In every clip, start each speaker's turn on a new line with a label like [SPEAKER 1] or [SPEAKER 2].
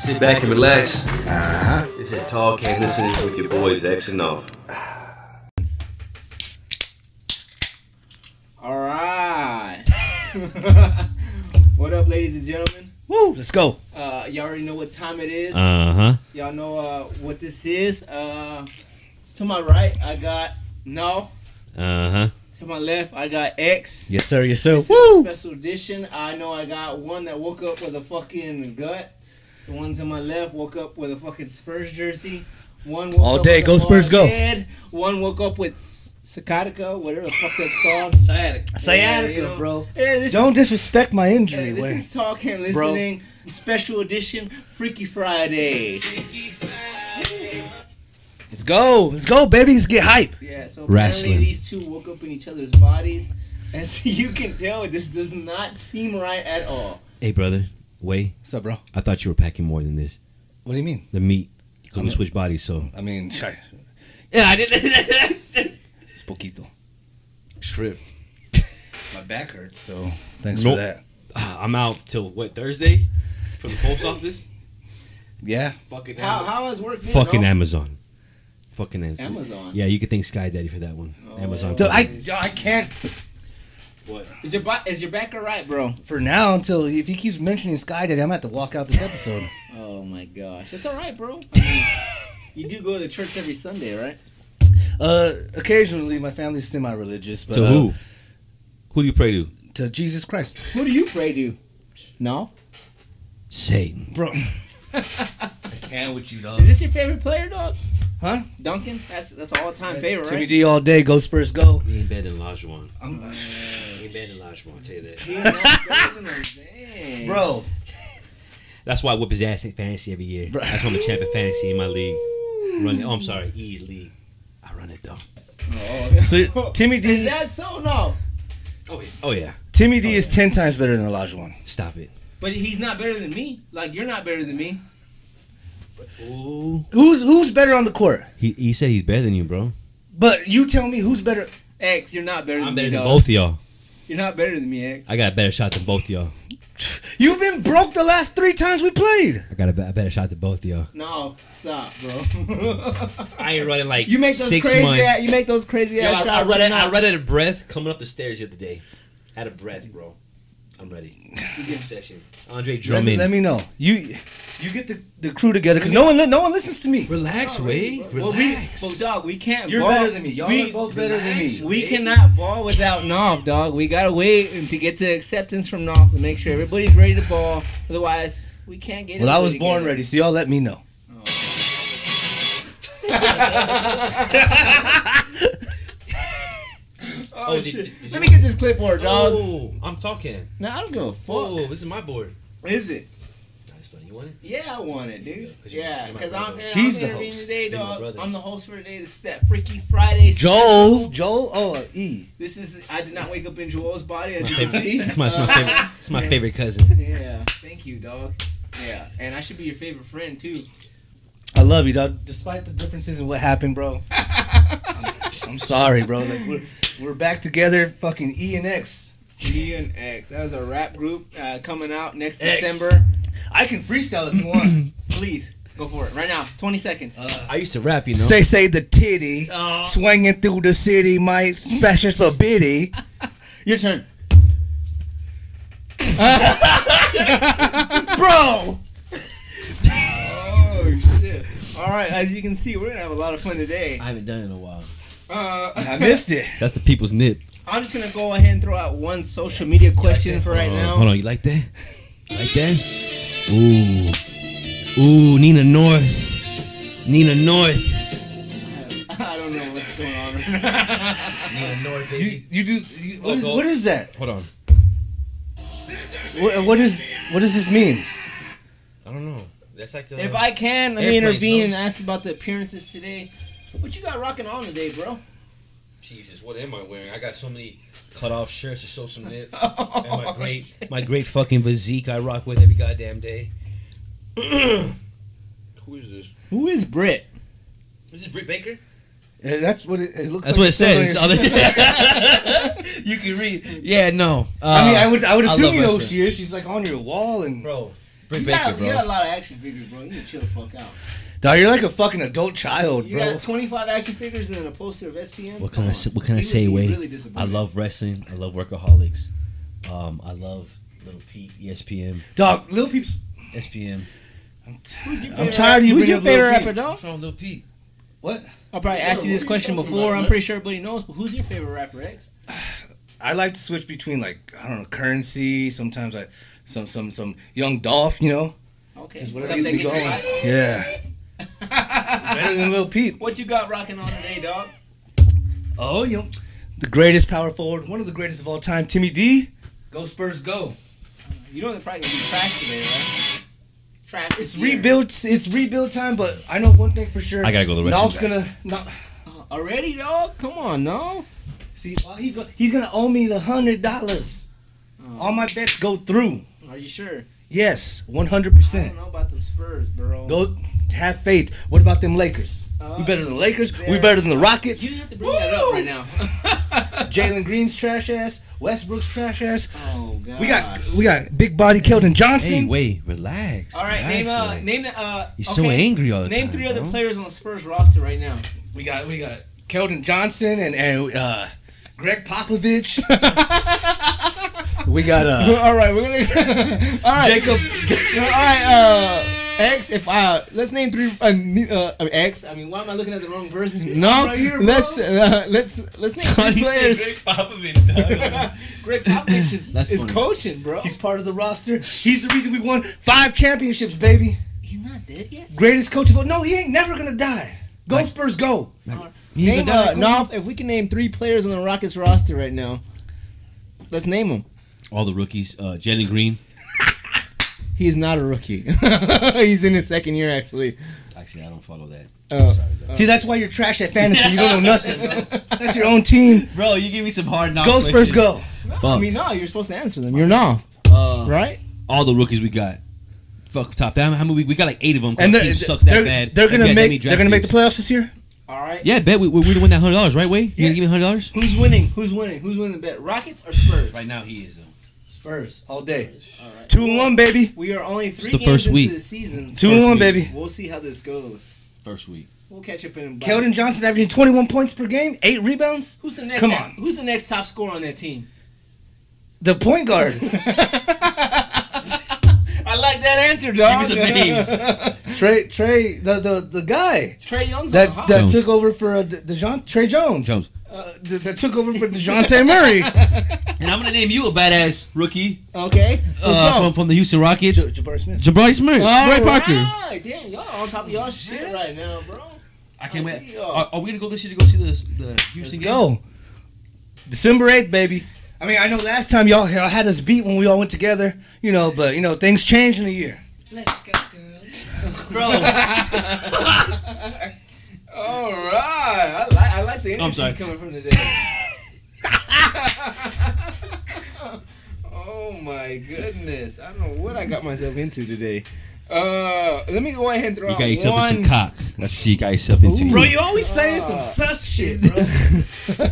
[SPEAKER 1] Sit back and relax.
[SPEAKER 2] Uh-huh.
[SPEAKER 1] This is Tall Can Listening with your boys X and Off.
[SPEAKER 3] All right. what up, ladies and gentlemen?
[SPEAKER 4] Woo, let's go.
[SPEAKER 3] Uh, y'all already know what time it is.
[SPEAKER 4] Uh
[SPEAKER 5] Uh-huh,
[SPEAKER 4] huh.
[SPEAKER 3] y'all know uh, what this is. Uh, to my right, I got No.
[SPEAKER 4] Uh
[SPEAKER 5] uh-huh.
[SPEAKER 4] huh.
[SPEAKER 3] To my left, I got X.
[SPEAKER 4] Yes, sir. Yes, sir.
[SPEAKER 3] This is a
[SPEAKER 4] Woo.
[SPEAKER 3] special edition. I know I got one that woke up with a fucking gut. The one to my left woke up with a fucking Spurs jersey. One woke
[SPEAKER 4] All
[SPEAKER 3] up
[SPEAKER 4] day,
[SPEAKER 3] with a
[SPEAKER 4] go
[SPEAKER 3] bald
[SPEAKER 4] Spurs, go.
[SPEAKER 3] head. One woke up with s- sciatica, whatever the fuck that's called.
[SPEAKER 5] Sciatic.
[SPEAKER 3] Yeah, you know.
[SPEAKER 5] bro.
[SPEAKER 3] Yeah, this
[SPEAKER 2] Don't
[SPEAKER 3] is-
[SPEAKER 2] disrespect my
[SPEAKER 3] Hey,
[SPEAKER 2] injury.
[SPEAKER 3] this
[SPEAKER 2] Wait.
[SPEAKER 3] is Talking Listening Special Edition Freaky Friday.
[SPEAKER 4] Let's go. Let's go, baby. Let's get hype.
[SPEAKER 3] Yeah, so
[SPEAKER 4] Wrestling.
[SPEAKER 3] apparently these two woke up in each other's bodies. And so you can tell this does not seem right at all.
[SPEAKER 5] Hey, brother. Way.
[SPEAKER 4] What's up, bro?
[SPEAKER 5] I thought you were packing more than this.
[SPEAKER 4] What do you mean?
[SPEAKER 5] The meat. 'Cause
[SPEAKER 4] I'm-
[SPEAKER 5] we switched bodies, so.
[SPEAKER 4] I mean,
[SPEAKER 5] Yeah, I did. that.
[SPEAKER 4] it's poquito. Trip. my back hurts, so thanks
[SPEAKER 5] Nope.
[SPEAKER 4] for that.
[SPEAKER 5] Ah, I'm out till what Thursday from the post office.
[SPEAKER 4] Yeah.
[SPEAKER 5] Fucking
[SPEAKER 3] How,
[SPEAKER 5] Amazon.
[SPEAKER 3] how has work been?
[SPEAKER 5] fucking
[SPEAKER 3] no?
[SPEAKER 5] Amazon. Fucking Amazon.
[SPEAKER 3] Amazon.
[SPEAKER 5] Yeah, you could thank Sky Daddy for that one.
[SPEAKER 3] Oh.
[SPEAKER 5] Amazon.
[SPEAKER 4] Dude, I, I can't
[SPEAKER 5] what?
[SPEAKER 3] Is your, bo- is your back alright, bro?
[SPEAKER 4] for now until if he keeps mentioning Sky Daddy, I'm gonna have to walk out this episode.
[SPEAKER 3] Oh my gosh. It's alright, bro. I mean, you do go to church every Sunday, right?
[SPEAKER 4] uh, occasionally, my family's semi-religious, but
[SPEAKER 5] To
[SPEAKER 4] uh,
[SPEAKER 5] who? Who do you pray to?
[SPEAKER 4] To Jesus Christ,
[SPEAKER 3] Who do you pray to? No?
[SPEAKER 5] Satan.
[SPEAKER 4] bro.
[SPEAKER 5] Can with you, dog.
[SPEAKER 3] Is this your favorite player, dog?
[SPEAKER 4] Huh?
[SPEAKER 3] Duncan? That's that's all time favorite,
[SPEAKER 4] Timmy
[SPEAKER 3] right?
[SPEAKER 4] D all day. Go Spurs, go.
[SPEAKER 5] He ain't better than Lajuan.
[SPEAKER 4] I'm,
[SPEAKER 5] He ain't better than Lajuan. I'll tell you that.
[SPEAKER 3] Yeah, that's- dang.
[SPEAKER 4] bro,
[SPEAKER 5] That's why I whip his ass in fantasy every year.
[SPEAKER 4] Bruh.
[SPEAKER 5] That's why I'm a champion fantasy in my league. Run it. Oh, I'm sorry, E's league. I run it though.
[SPEAKER 3] Oh,
[SPEAKER 4] so Timmy
[SPEAKER 3] Is
[SPEAKER 4] D,
[SPEAKER 3] that so? No.
[SPEAKER 5] Oh yeah. Oh yeah.
[SPEAKER 4] Timmy D is ten times better than Olajuwon.
[SPEAKER 5] Stop it.
[SPEAKER 3] But he's not better than me. Like you're not better than me.
[SPEAKER 5] Ooh.
[SPEAKER 4] Who's who's better on the court?
[SPEAKER 5] He, he said he's better than you, bro.
[SPEAKER 4] But you tell me who's better.
[SPEAKER 3] X, you're not better than
[SPEAKER 5] I'm
[SPEAKER 3] me.
[SPEAKER 5] better than
[SPEAKER 3] dog.
[SPEAKER 5] both of y'all.
[SPEAKER 3] You're not better than me, X.
[SPEAKER 5] I got a better shot than both of y'all.
[SPEAKER 4] You've been broke the last three times we played.
[SPEAKER 5] I got a, be- a better shot than both of y'all.
[SPEAKER 3] No, stop, bro.
[SPEAKER 5] I ain't running like
[SPEAKER 3] you make those
[SPEAKER 5] six
[SPEAKER 3] crazy
[SPEAKER 5] months.
[SPEAKER 3] ass, you make those crazy
[SPEAKER 5] Yo,
[SPEAKER 3] ass
[SPEAKER 5] I, I
[SPEAKER 3] shots.
[SPEAKER 5] read
[SPEAKER 3] you're
[SPEAKER 5] it. I
[SPEAKER 3] not-
[SPEAKER 5] read it a breath coming up the stairs the other day. Out of breath, bro. I'm ready. Session. Andre
[SPEAKER 4] Let me,
[SPEAKER 5] Drummond.
[SPEAKER 4] let me know. You you get the, the crew together because no one li- no one listens to me.
[SPEAKER 5] Relax, Wade. Relax.
[SPEAKER 3] well, we, well, dog, we can't.
[SPEAKER 4] You're
[SPEAKER 3] ball.
[SPEAKER 4] better than me. Y'all
[SPEAKER 3] we,
[SPEAKER 4] are both better than me.
[SPEAKER 3] We cannot ball without Nov, dog. We gotta wait to get the acceptance from Nov to make sure everybody's ready to ball. Otherwise, we can't get.
[SPEAKER 4] Well, I was
[SPEAKER 3] everybody
[SPEAKER 4] born
[SPEAKER 3] together.
[SPEAKER 4] ready, so y'all let me know.
[SPEAKER 3] Oh,
[SPEAKER 5] Oh, did-
[SPEAKER 3] shit.
[SPEAKER 5] did you-
[SPEAKER 3] Let me get this clipboard, dog.
[SPEAKER 5] Oh, I'm talking.
[SPEAKER 3] No, I don't give a
[SPEAKER 5] Whoa,
[SPEAKER 4] Oh.
[SPEAKER 3] fuck.
[SPEAKER 5] this is my board.
[SPEAKER 3] Is it?
[SPEAKER 5] Nice buddy. You want it?
[SPEAKER 3] Yeah, I want it, dude.
[SPEAKER 5] Yeah, 'cause you-
[SPEAKER 3] Yeah,
[SPEAKER 5] you're my
[SPEAKER 3] because I'm,
[SPEAKER 5] brother.
[SPEAKER 3] I'm
[SPEAKER 4] He's the
[SPEAKER 3] interviewing
[SPEAKER 4] host.
[SPEAKER 3] today,
[SPEAKER 5] You're my
[SPEAKER 3] dog.
[SPEAKER 5] brother.
[SPEAKER 3] I'm the host for today. This is that Freaky Friday.
[SPEAKER 4] Joel, Joel, oh E.
[SPEAKER 3] This is I did not wake up in Joel's body as you
[SPEAKER 5] Hey,
[SPEAKER 3] can see.
[SPEAKER 5] It's my, it's my
[SPEAKER 3] Uh,
[SPEAKER 5] favorite. It's my favorite cousin.
[SPEAKER 3] Yeah, thank you, dog. Yeah, and I should be your favorite friend too.
[SPEAKER 4] I love you, dog. Despite the differences in what happened, bro. I'm sorry, bro. Like we're we're back together, fucking E and X.
[SPEAKER 3] G and X. That was a rap group uh, coming out next
[SPEAKER 4] X.
[SPEAKER 3] December.
[SPEAKER 4] I can freestyle if you want.
[SPEAKER 3] Please go for it right now. Twenty seconds.
[SPEAKER 5] I used to rap, you know.
[SPEAKER 4] Say, say the titty, swinging through the city, my special for bitty.
[SPEAKER 3] your turn.
[SPEAKER 4] Bro,
[SPEAKER 3] Oh shit! All right, as you can see, we're gonna have a lot of fun today.
[SPEAKER 5] I haven't done it in a while.
[SPEAKER 3] Uh,
[SPEAKER 4] I missed it.
[SPEAKER 5] That's the people's nip.
[SPEAKER 3] I'm just gonna go ahead and throw out one social media question for right now.
[SPEAKER 5] Uh, Hold on, you like that? Like that? Ooh, ooh, Nina North, Nina North.
[SPEAKER 3] I don't know what's going on. right
[SPEAKER 5] Nina North,
[SPEAKER 4] You, you do. You, what,
[SPEAKER 5] Oh,
[SPEAKER 4] is,
[SPEAKER 5] go.
[SPEAKER 4] what is that?
[SPEAKER 5] Hold on.
[SPEAKER 4] What, what is? What does this mean?
[SPEAKER 5] I don't know. That's like uh,
[SPEAKER 3] now. if I can, let me
[SPEAKER 5] Airplanes,
[SPEAKER 3] intervene
[SPEAKER 5] no?
[SPEAKER 3] and ask about the appearances today. What you got rocking on today, bro?
[SPEAKER 5] Jesus, what am I wearing? I got so many cut off shirts to show some nip. and my great, my great fucking physique I rock with every goddamn day. Who is this?
[SPEAKER 3] Who is Britt?
[SPEAKER 5] This is Britt Baker.
[SPEAKER 4] Uh, That's what it, it looks.
[SPEAKER 5] That's
[SPEAKER 4] like
[SPEAKER 5] what
[SPEAKER 4] it
[SPEAKER 5] it
[SPEAKER 4] says
[SPEAKER 5] says.
[SPEAKER 4] on your-
[SPEAKER 5] you can read. Yeah, no. Uh,
[SPEAKER 4] I mean, I would. I would
[SPEAKER 5] I
[SPEAKER 4] assume
[SPEAKER 5] Uh, love
[SPEAKER 4] you know
[SPEAKER 5] her
[SPEAKER 4] who
[SPEAKER 5] shit.
[SPEAKER 4] she is. She's like on your wall and
[SPEAKER 5] bro. Britt
[SPEAKER 6] You
[SPEAKER 5] Baker,
[SPEAKER 6] got,
[SPEAKER 5] bro.
[SPEAKER 6] you got a lot of action figures, bro. You need to chill the fuck out.
[SPEAKER 4] Dog, you're like a fucking adult child,
[SPEAKER 6] You
[SPEAKER 4] bro.
[SPEAKER 6] got 25 action figures and then a poster of SPM.
[SPEAKER 5] What can I
[SPEAKER 6] Come
[SPEAKER 5] say-
[SPEAKER 6] on.
[SPEAKER 5] what can I
[SPEAKER 6] You would
[SPEAKER 5] say,
[SPEAKER 6] be
[SPEAKER 5] Wade?
[SPEAKER 6] Really
[SPEAKER 5] I
[SPEAKER 6] disappointed.
[SPEAKER 5] love wrestling. I love workaholics. Um, I love Little Peep, E ESPN,
[SPEAKER 4] Dog, Lil Peep's.
[SPEAKER 5] SPM.
[SPEAKER 4] I'm, t- I'm tired of you
[SPEAKER 3] Who's your
[SPEAKER 4] bringing up Lil
[SPEAKER 3] favorite
[SPEAKER 4] Peep.
[SPEAKER 3] rapper, dog?
[SPEAKER 5] What's wrong with Little Peep?
[SPEAKER 4] What?
[SPEAKER 3] I probably asked you this question before. I'm pretty sure everybody knows. But who's your favorite rapper, X?
[SPEAKER 4] I like to switch between like I don't know currency. Sometimes I some some some young Dolph, you know.
[SPEAKER 3] Okay.
[SPEAKER 4] Just
[SPEAKER 3] Stuff
[SPEAKER 4] whatever
[SPEAKER 3] that
[SPEAKER 4] gets me
[SPEAKER 3] gets you
[SPEAKER 4] going.
[SPEAKER 3] hot.
[SPEAKER 4] Yeah. Better than Lil Peep.
[SPEAKER 3] What you got rocking on today, dog?
[SPEAKER 4] Oh, you know, the greatest power forward, one of the greatest of all time, Timmy D. Go Spurs, go!
[SPEAKER 3] You know they're probably gonna be trash today, right?
[SPEAKER 6] Trash
[SPEAKER 4] It's
[SPEAKER 6] this year.
[SPEAKER 4] rebuild. It's rebuild time. But I know one thing for sure.
[SPEAKER 5] I gotta go to the restroom,
[SPEAKER 4] Nolf's
[SPEAKER 5] guys.
[SPEAKER 4] gonna not,
[SPEAKER 6] Already, dog? Come on, no.
[SPEAKER 4] see. well, He's gonna, he's gonna owe me the hundred dollars. All my bets go through.
[SPEAKER 6] Are you sure?
[SPEAKER 4] Yes, one hundred
[SPEAKER 3] I
[SPEAKER 4] percent.
[SPEAKER 3] don't know about them Spurs, bro.
[SPEAKER 4] Go have faith. What about them Lakers? we better than the Lakers. We
[SPEAKER 3] they're-
[SPEAKER 4] better than the
[SPEAKER 3] You didn't
[SPEAKER 4] Rockets.
[SPEAKER 3] have to bring that up right now.
[SPEAKER 4] Jalen Green's trash ass. Westbrook's trash ass.
[SPEAKER 6] Oh god.
[SPEAKER 4] We got we got big body Keldon
[SPEAKER 5] Hey,
[SPEAKER 4] Johnson.
[SPEAKER 5] wait, relax.
[SPEAKER 3] All right,
[SPEAKER 5] relax,
[SPEAKER 3] name uh,
[SPEAKER 5] relax.
[SPEAKER 3] name the uh.
[SPEAKER 5] You're so
[SPEAKER 3] okay,
[SPEAKER 5] angry all the
[SPEAKER 3] Name
[SPEAKER 5] time,
[SPEAKER 3] three other
[SPEAKER 5] bro.
[SPEAKER 3] players on the Spurs roster right now.
[SPEAKER 4] We got we got Keldon Johnson and and uh, Greg Popovich. we got uh,
[SPEAKER 6] All right, we're gonna. All right,
[SPEAKER 4] Jacob.
[SPEAKER 6] All right, uh, X. If I let's name three uh, ne- uh, uh, X.
[SPEAKER 3] I mean, why am I looking at the wrong person?
[SPEAKER 6] No,
[SPEAKER 4] Right here, bro.
[SPEAKER 6] let's uh, let's let's name three players.
[SPEAKER 4] Popovich. dog.
[SPEAKER 3] Greg Popovich is,
[SPEAKER 5] That's
[SPEAKER 3] is
[SPEAKER 5] funny.
[SPEAKER 3] coaching, bro.
[SPEAKER 4] He's part of the roster. He's the reason we won five championships, baby.
[SPEAKER 3] he's not dead yet.
[SPEAKER 4] Greatest coach of all. No, he ain't never gonna die. Go Spurs, go.
[SPEAKER 5] You ain't
[SPEAKER 6] Name
[SPEAKER 5] gonna die,
[SPEAKER 6] uh,
[SPEAKER 5] Kobe?
[SPEAKER 6] Nolf, If we can name three players on the Rockets roster right now, let's name them.
[SPEAKER 5] All the rookies. Uh, Jalen Green.
[SPEAKER 6] He is not a rookie. He's in his second year actually.
[SPEAKER 5] Actually, I don't follow that.
[SPEAKER 6] Uh,
[SPEAKER 5] Sorry, bro.
[SPEAKER 4] See, that's why you're trash at fantasy. You don't know nothing. bro. That's your own team.
[SPEAKER 5] bro, you give me some hard knocks.
[SPEAKER 4] Go Spurs, go.
[SPEAKER 6] I mean, no, you're supposed to answer them. You're Nolf,
[SPEAKER 5] Uh,
[SPEAKER 6] right?
[SPEAKER 5] all the rookies we got. Fuck top. That, how many? We, we got like eight of them.
[SPEAKER 4] And
[SPEAKER 5] the
[SPEAKER 4] they're,
[SPEAKER 5] team sucks that
[SPEAKER 4] they're,
[SPEAKER 5] bad.
[SPEAKER 4] they're
[SPEAKER 5] And we
[SPEAKER 4] gonna
[SPEAKER 5] had that many
[SPEAKER 4] make
[SPEAKER 5] draft
[SPEAKER 4] they're gonna make the
[SPEAKER 5] picks.
[SPEAKER 4] playoffs this year.
[SPEAKER 3] All right.
[SPEAKER 5] Yeah, bet we, we, we're the one that hundred dollars, right? Wade? you
[SPEAKER 4] Yeah.
[SPEAKER 5] gonna give me hundred dollars?
[SPEAKER 3] Who's winning? Who's winning? Who's winning the bet? Rockets or Spurs?
[SPEAKER 5] now, he is though.
[SPEAKER 4] Spurs all day.
[SPEAKER 3] All right.
[SPEAKER 4] Two and one, baby.
[SPEAKER 3] We are only three
[SPEAKER 5] the
[SPEAKER 3] games
[SPEAKER 5] first
[SPEAKER 3] into
[SPEAKER 5] week.
[SPEAKER 3] the season.
[SPEAKER 4] Two and
[SPEAKER 5] First
[SPEAKER 4] one,
[SPEAKER 5] week.
[SPEAKER 4] baby.
[SPEAKER 3] We'll see how this goes.
[SPEAKER 5] First week.
[SPEAKER 3] We'll catch up in. about-
[SPEAKER 4] Keldon Johnson's averaging 21 points per game, eight rebounds.
[SPEAKER 3] Who's the next?
[SPEAKER 4] Come on.
[SPEAKER 3] Who's the next top scorer on that team?
[SPEAKER 4] The point guard.
[SPEAKER 3] I like that answer,
[SPEAKER 6] Oh,
[SPEAKER 3] dog.
[SPEAKER 5] Give me some names.
[SPEAKER 4] Trey Trey the the, the guy
[SPEAKER 3] Trey Young's on the
[SPEAKER 4] that
[SPEAKER 3] hot.
[SPEAKER 4] that
[SPEAKER 5] Jones.
[SPEAKER 4] took over for uh, De- Dejoun Trey Jones.
[SPEAKER 5] Jones.
[SPEAKER 4] Uh, th- that took over for Dejounte Murray.
[SPEAKER 5] And I'm gonna name you a badass rookie
[SPEAKER 6] Okay, let's
[SPEAKER 5] uh,
[SPEAKER 6] go.
[SPEAKER 5] from from the Houston Rockets,
[SPEAKER 4] J- Jabari Smith.
[SPEAKER 5] Jabari Smith,
[SPEAKER 6] All
[SPEAKER 5] Ray Parker.
[SPEAKER 3] Alright, damn, y'all are on top of y'all shit right now, bro.
[SPEAKER 5] I can't
[SPEAKER 3] see
[SPEAKER 5] wait.
[SPEAKER 3] y'all.
[SPEAKER 5] Are, are we gonna go this year to go see the the Houston
[SPEAKER 4] Let's
[SPEAKER 5] game?
[SPEAKER 4] go. December 8th, baby. I mean, I know last time y'all, y'all had us beat when we all went together, you know, but, you know, things change in a year.
[SPEAKER 7] Let's go, girls.
[SPEAKER 3] All right, I like I like the energy
[SPEAKER 5] I'm sorry.
[SPEAKER 3] coming from today.
[SPEAKER 6] Oh my goodness! I don't know what I got myself into today. Uh, let me go ahead and throw
[SPEAKER 5] You
[SPEAKER 6] out
[SPEAKER 5] got yourself
[SPEAKER 6] one.
[SPEAKER 5] in some cock. That's what you got yourself into.
[SPEAKER 4] Bro, you always saying some sus shit, bro.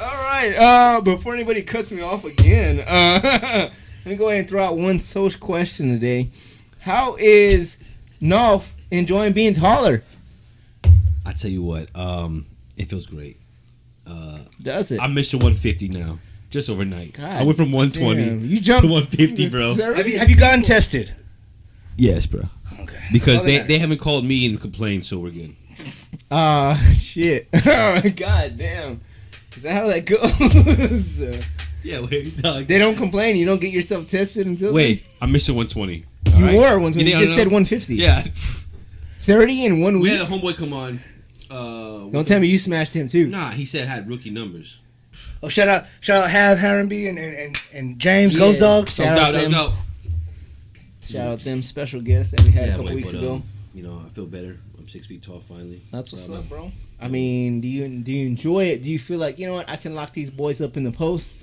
[SPEAKER 6] All right. Uh, before anybody cuts me off again, uh, let me go ahead and throw out one social question today. How is Nolf enjoying being taller?
[SPEAKER 5] I tell you what, um, it feels great. Uh,
[SPEAKER 6] Does it?
[SPEAKER 5] I'm Mr. 150 now, just overnight.
[SPEAKER 6] God
[SPEAKER 5] I went from 120
[SPEAKER 6] Damn, you
[SPEAKER 5] to
[SPEAKER 6] jumped
[SPEAKER 5] 150, bro.
[SPEAKER 4] have, you, have you gotten tested?
[SPEAKER 5] Yes, bro.
[SPEAKER 4] Okay.
[SPEAKER 5] Because
[SPEAKER 4] All that
[SPEAKER 5] they, they
[SPEAKER 4] matters.
[SPEAKER 5] haven't called me and complained, so we're good.
[SPEAKER 6] Ah, shit. God damn. Is that how that goes?
[SPEAKER 5] Yeah, wait, dog.
[SPEAKER 6] they don't complain. You don't get yourself tested until then?
[SPEAKER 5] Wait, I'm Mr. 120.
[SPEAKER 6] You
[SPEAKER 5] alright.
[SPEAKER 6] were once. You,
[SPEAKER 5] You think I
[SPEAKER 6] just
[SPEAKER 5] don't
[SPEAKER 6] said
[SPEAKER 5] know?
[SPEAKER 6] 150.
[SPEAKER 5] Yeah.
[SPEAKER 6] 30 in one
[SPEAKER 5] we
[SPEAKER 6] week.
[SPEAKER 5] had a homeboy come on. Uh,
[SPEAKER 6] Don't tell me you smashed him too.
[SPEAKER 5] Nah, he said had rookie numbers.
[SPEAKER 4] Oh, shout out, shout out, Hav Harrenby and, and, and, and James Ghost
[SPEAKER 6] Yeah.
[SPEAKER 4] Dog.
[SPEAKER 6] Shout
[SPEAKER 5] no,
[SPEAKER 6] out
[SPEAKER 5] no,
[SPEAKER 6] them.
[SPEAKER 5] no.
[SPEAKER 6] Shout out them special guests that we
[SPEAKER 5] Yeah,
[SPEAKER 6] had a couple
[SPEAKER 5] wait,
[SPEAKER 6] weeks
[SPEAKER 5] but,
[SPEAKER 6] ago.
[SPEAKER 5] um, You know, I feel better. I'm six feet tall finally.
[SPEAKER 6] That's what's
[SPEAKER 5] Bravo.
[SPEAKER 6] up, bro. I mean, do you do you enjoy it? Do you feel like you know what? I can lock these boys up in the post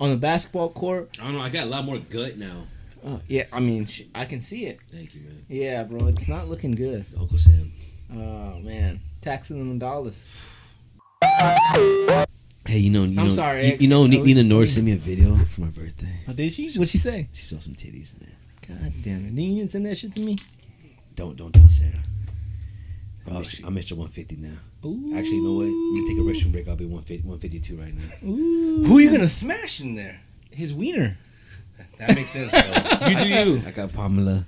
[SPEAKER 6] on the basketball court.
[SPEAKER 5] I don't know. I got a lot more gut now.
[SPEAKER 6] Uh, yeah, I mean, sh- I can see it.
[SPEAKER 5] Thank you, man.
[SPEAKER 6] Yeah, bro, it's not looking good.
[SPEAKER 5] Uncle Sam.
[SPEAKER 6] Oh man, taxing them in dollars.
[SPEAKER 5] Hey, you know, you
[SPEAKER 6] I'm
[SPEAKER 5] know,
[SPEAKER 6] sorry,
[SPEAKER 5] you,
[SPEAKER 6] X.
[SPEAKER 5] you know,
[SPEAKER 6] I
[SPEAKER 5] Ni-
[SPEAKER 6] was-
[SPEAKER 5] Nina Nord sent me a video for my birthday.
[SPEAKER 6] Oh, did she? What'd she say?
[SPEAKER 5] She saw some titties. Man.
[SPEAKER 6] God damn it! Didn't you even send that shit to me?
[SPEAKER 5] Don't don't tell Sarah. Oh,
[SPEAKER 6] miss
[SPEAKER 5] sh-
[SPEAKER 6] you.
[SPEAKER 5] I'm Mr. 150 now.
[SPEAKER 6] Ooh.
[SPEAKER 5] Actually, you know what? I'm gonna take a restroom break. I'll be 150, 152 right now.
[SPEAKER 6] Ooh.
[SPEAKER 4] Who are you gonna smash in there?
[SPEAKER 6] His wiener.
[SPEAKER 4] That makes sense. Though.
[SPEAKER 6] You do you.
[SPEAKER 5] I got Pamela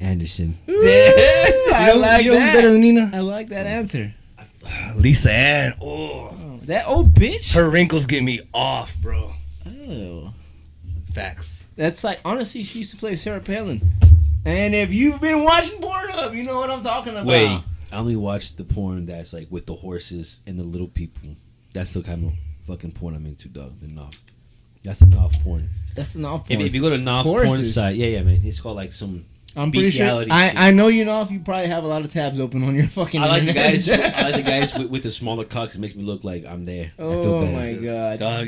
[SPEAKER 5] Anderson.
[SPEAKER 6] yes, I like
[SPEAKER 4] you know
[SPEAKER 6] that.
[SPEAKER 4] Who's better than Nina?
[SPEAKER 6] I like that answer.
[SPEAKER 4] Lisa Ann. Oh,
[SPEAKER 6] Oh, that old bitch.
[SPEAKER 4] her wrinkles get me off, bro.
[SPEAKER 6] Oh.
[SPEAKER 4] Facts.
[SPEAKER 6] That's like honestly, she used to play Sarah Palin. And if you've been watching Pornhub, you know what I'm talking about.
[SPEAKER 5] Wait, I only watch the porn that's like with the horses and the little people. That's the kind of fucking porn I'm into, dog. The Noth. That's the Noth porn.
[SPEAKER 6] that's an off
[SPEAKER 5] If,
[SPEAKER 6] porn.
[SPEAKER 5] if you go to Noth porn
[SPEAKER 6] Horses.
[SPEAKER 5] site, yeah, yeah, man. It's called like some.
[SPEAKER 6] I'm pretty sure.
[SPEAKER 5] bestiality
[SPEAKER 6] I,
[SPEAKER 5] shit.
[SPEAKER 6] I know you know if you probably have a lot of tabs open on your fucking.
[SPEAKER 5] I like the
[SPEAKER 6] internet.
[SPEAKER 5] guys. I like the guys with, with the smaller cocks. It makes me look like I'm there. I feel
[SPEAKER 6] Oh
[SPEAKER 5] bad.
[SPEAKER 6] my god.
[SPEAKER 4] Dog.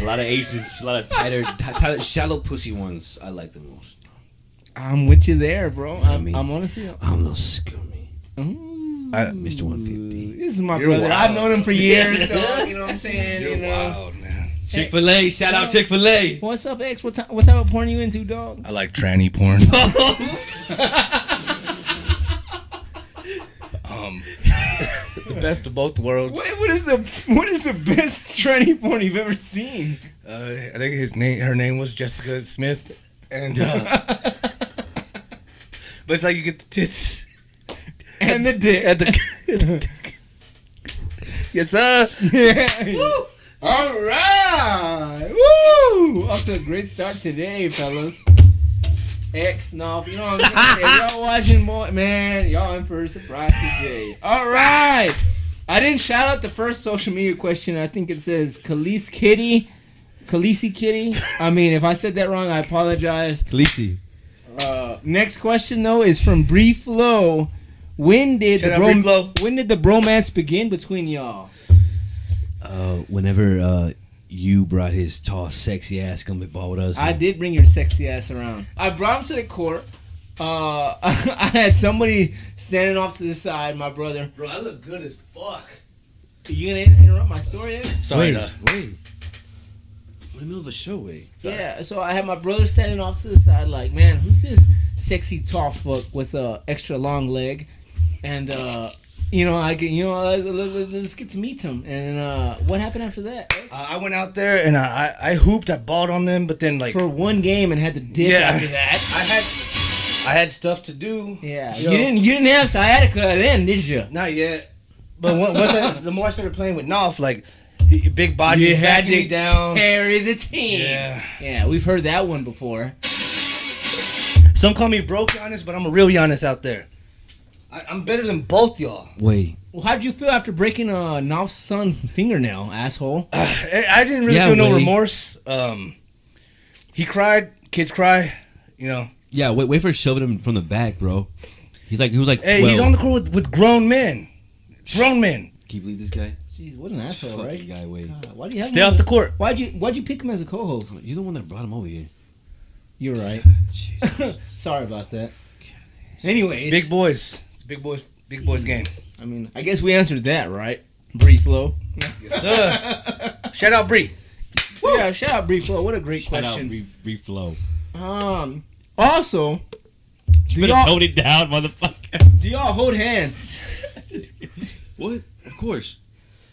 [SPEAKER 5] A lot of agents, a lot of tighter, t- tighter, shallow pussy ones. I like the most.
[SPEAKER 6] I'm with you there, bro.
[SPEAKER 5] I
[SPEAKER 6] I'm,
[SPEAKER 5] mean-
[SPEAKER 6] I'm honestly.
[SPEAKER 5] I'm a little scummy.
[SPEAKER 6] Ooh.
[SPEAKER 4] I-
[SPEAKER 5] Mr. 150.
[SPEAKER 6] This is my
[SPEAKER 4] You're
[SPEAKER 6] brother.
[SPEAKER 4] wild.
[SPEAKER 6] I've known him for years, dog. You know what I'm saying?
[SPEAKER 4] You're
[SPEAKER 6] you know.
[SPEAKER 4] wild, man.
[SPEAKER 5] Chick Fil A, shout out Chick Fil A.
[SPEAKER 6] What's up, X? What, ty- what type of porn you into, dog?
[SPEAKER 4] I like tranny porn. um, the best of both worlds.
[SPEAKER 6] What, what is the what is the best tranny porn you've ever seen?
[SPEAKER 4] Uh, I think his name, her name was Jessica Smith, and uh, but it's like you get the tits
[SPEAKER 6] And the dick.
[SPEAKER 4] at the. at the dick. yes, sir.
[SPEAKER 6] Woo! All right. Woo! Off to a great start today, fellas. X Knopf, you know what I'm saying? If y'all watching more, man, y'all in for a surprise today. All right. I didn't shout out the first social media question. I think it says Khalees Kitty. Khaleesi Kitty. I mean, if I said that wrong, I apologize.
[SPEAKER 5] Khaleesi.
[SPEAKER 6] Uh, next question though is from Brief Low. When did
[SPEAKER 4] Shout
[SPEAKER 6] the
[SPEAKER 4] out
[SPEAKER 6] brom-
[SPEAKER 4] Brief Low.
[SPEAKER 6] when did the bromance begin between y'all?
[SPEAKER 5] Uh, whenever uh, you brought his tall, sexy ass gummy ball with us,
[SPEAKER 6] I did bring your sexy ass around. I brought him to the court. Uh, I had somebody standing off to the side, my brother.
[SPEAKER 4] Bro, I look good as fuck.
[SPEAKER 6] Are you gonna inter- interrupt my story? Is?
[SPEAKER 4] Sorry,
[SPEAKER 5] wait,
[SPEAKER 4] uh,
[SPEAKER 5] wait. We're in the middle of a show, wait.
[SPEAKER 6] Yeah. So I had my brother standing off to the side, like, man, who's this sexy tall fuck with a extra long leg? And uh, you know, I get, you know, let's, let's let's get to meet him. And uh, what happened after that?
[SPEAKER 4] I I went out there and I, I I hooped, I balled on them, but then like
[SPEAKER 6] For one game and had to dip
[SPEAKER 4] Yeah.
[SPEAKER 6] after that.
[SPEAKER 4] I had I had stuff to do.
[SPEAKER 6] Yeah.
[SPEAKER 4] Yo.
[SPEAKER 6] You didn't you didn't have sciatica then, did you?
[SPEAKER 4] Not yet. But one, once I, the more I started playing with Knopf, like he, big body,
[SPEAKER 6] You
[SPEAKER 4] just
[SPEAKER 6] had
[SPEAKER 4] backing me
[SPEAKER 6] to
[SPEAKER 4] down.
[SPEAKER 6] carry the team.
[SPEAKER 4] Yeah.
[SPEAKER 6] Yeah, we've heard that one before.
[SPEAKER 4] Some call me broke Giannis, but I'm a real Giannis out there. I, I'm better than both y'all.
[SPEAKER 5] Wait.
[SPEAKER 6] Well, how'd you feel after breaking uh, Knopf's son's fingernail, asshole?
[SPEAKER 4] I, I didn't really
[SPEAKER 5] Yeah,
[SPEAKER 4] feel no
[SPEAKER 5] Willie.
[SPEAKER 4] remorse. Um, he cried. Kids cry. You know.
[SPEAKER 5] Yeah, wait, wait for shoving him from the back, bro. He's like, he was like,
[SPEAKER 4] Hey, he's on the court with, with grown men. Grown men.
[SPEAKER 5] Can you believe this guy?
[SPEAKER 6] Jeez, what an asshole,
[SPEAKER 5] Fucking
[SPEAKER 6] right?
[SPEAKER 5] guy, wait.
[SPEAKER 6] God, why do you have
[SPEAKER 4] Stay
[SPEAKER 6] him
[SPEAKER 4] off
[SPEAKER 6] as-
[SPEAKER 4] the court.
[SPEAKER 6] Why'd you Why'd you pick him as a co-host?
[SPEAKER 5] You're the one that brought him over here.
[SPEAKER 6] You're right.
[SPEAKER 5] Jeez.
[SPEAKER 6] Sorry about that. Anyways,
[SPEAKER 4] Big boys. It's a big boys. Big boys game.
[SPEAKER 6] I mean, I guess we answered that right. Brief flow.
[SPEAKER 4] Yes, sir. Shout out Bree.
[SPEAKER 6] Yeah, shout out brief flow. What a great
[SPEAKER 5] Shout out,
[SPEAKER 6] question.
[SPEAKER 5] re- reflow.
[SPEAKER 6] Um. Also, do
[SPEAKER 5] Better
[SPEAKER 6] y'all,
[SPEAKER 5] tone it down, motherfucker.
[SPEAKER 6] do y'all hold hands,
[SPEAKER 5] What? Of course.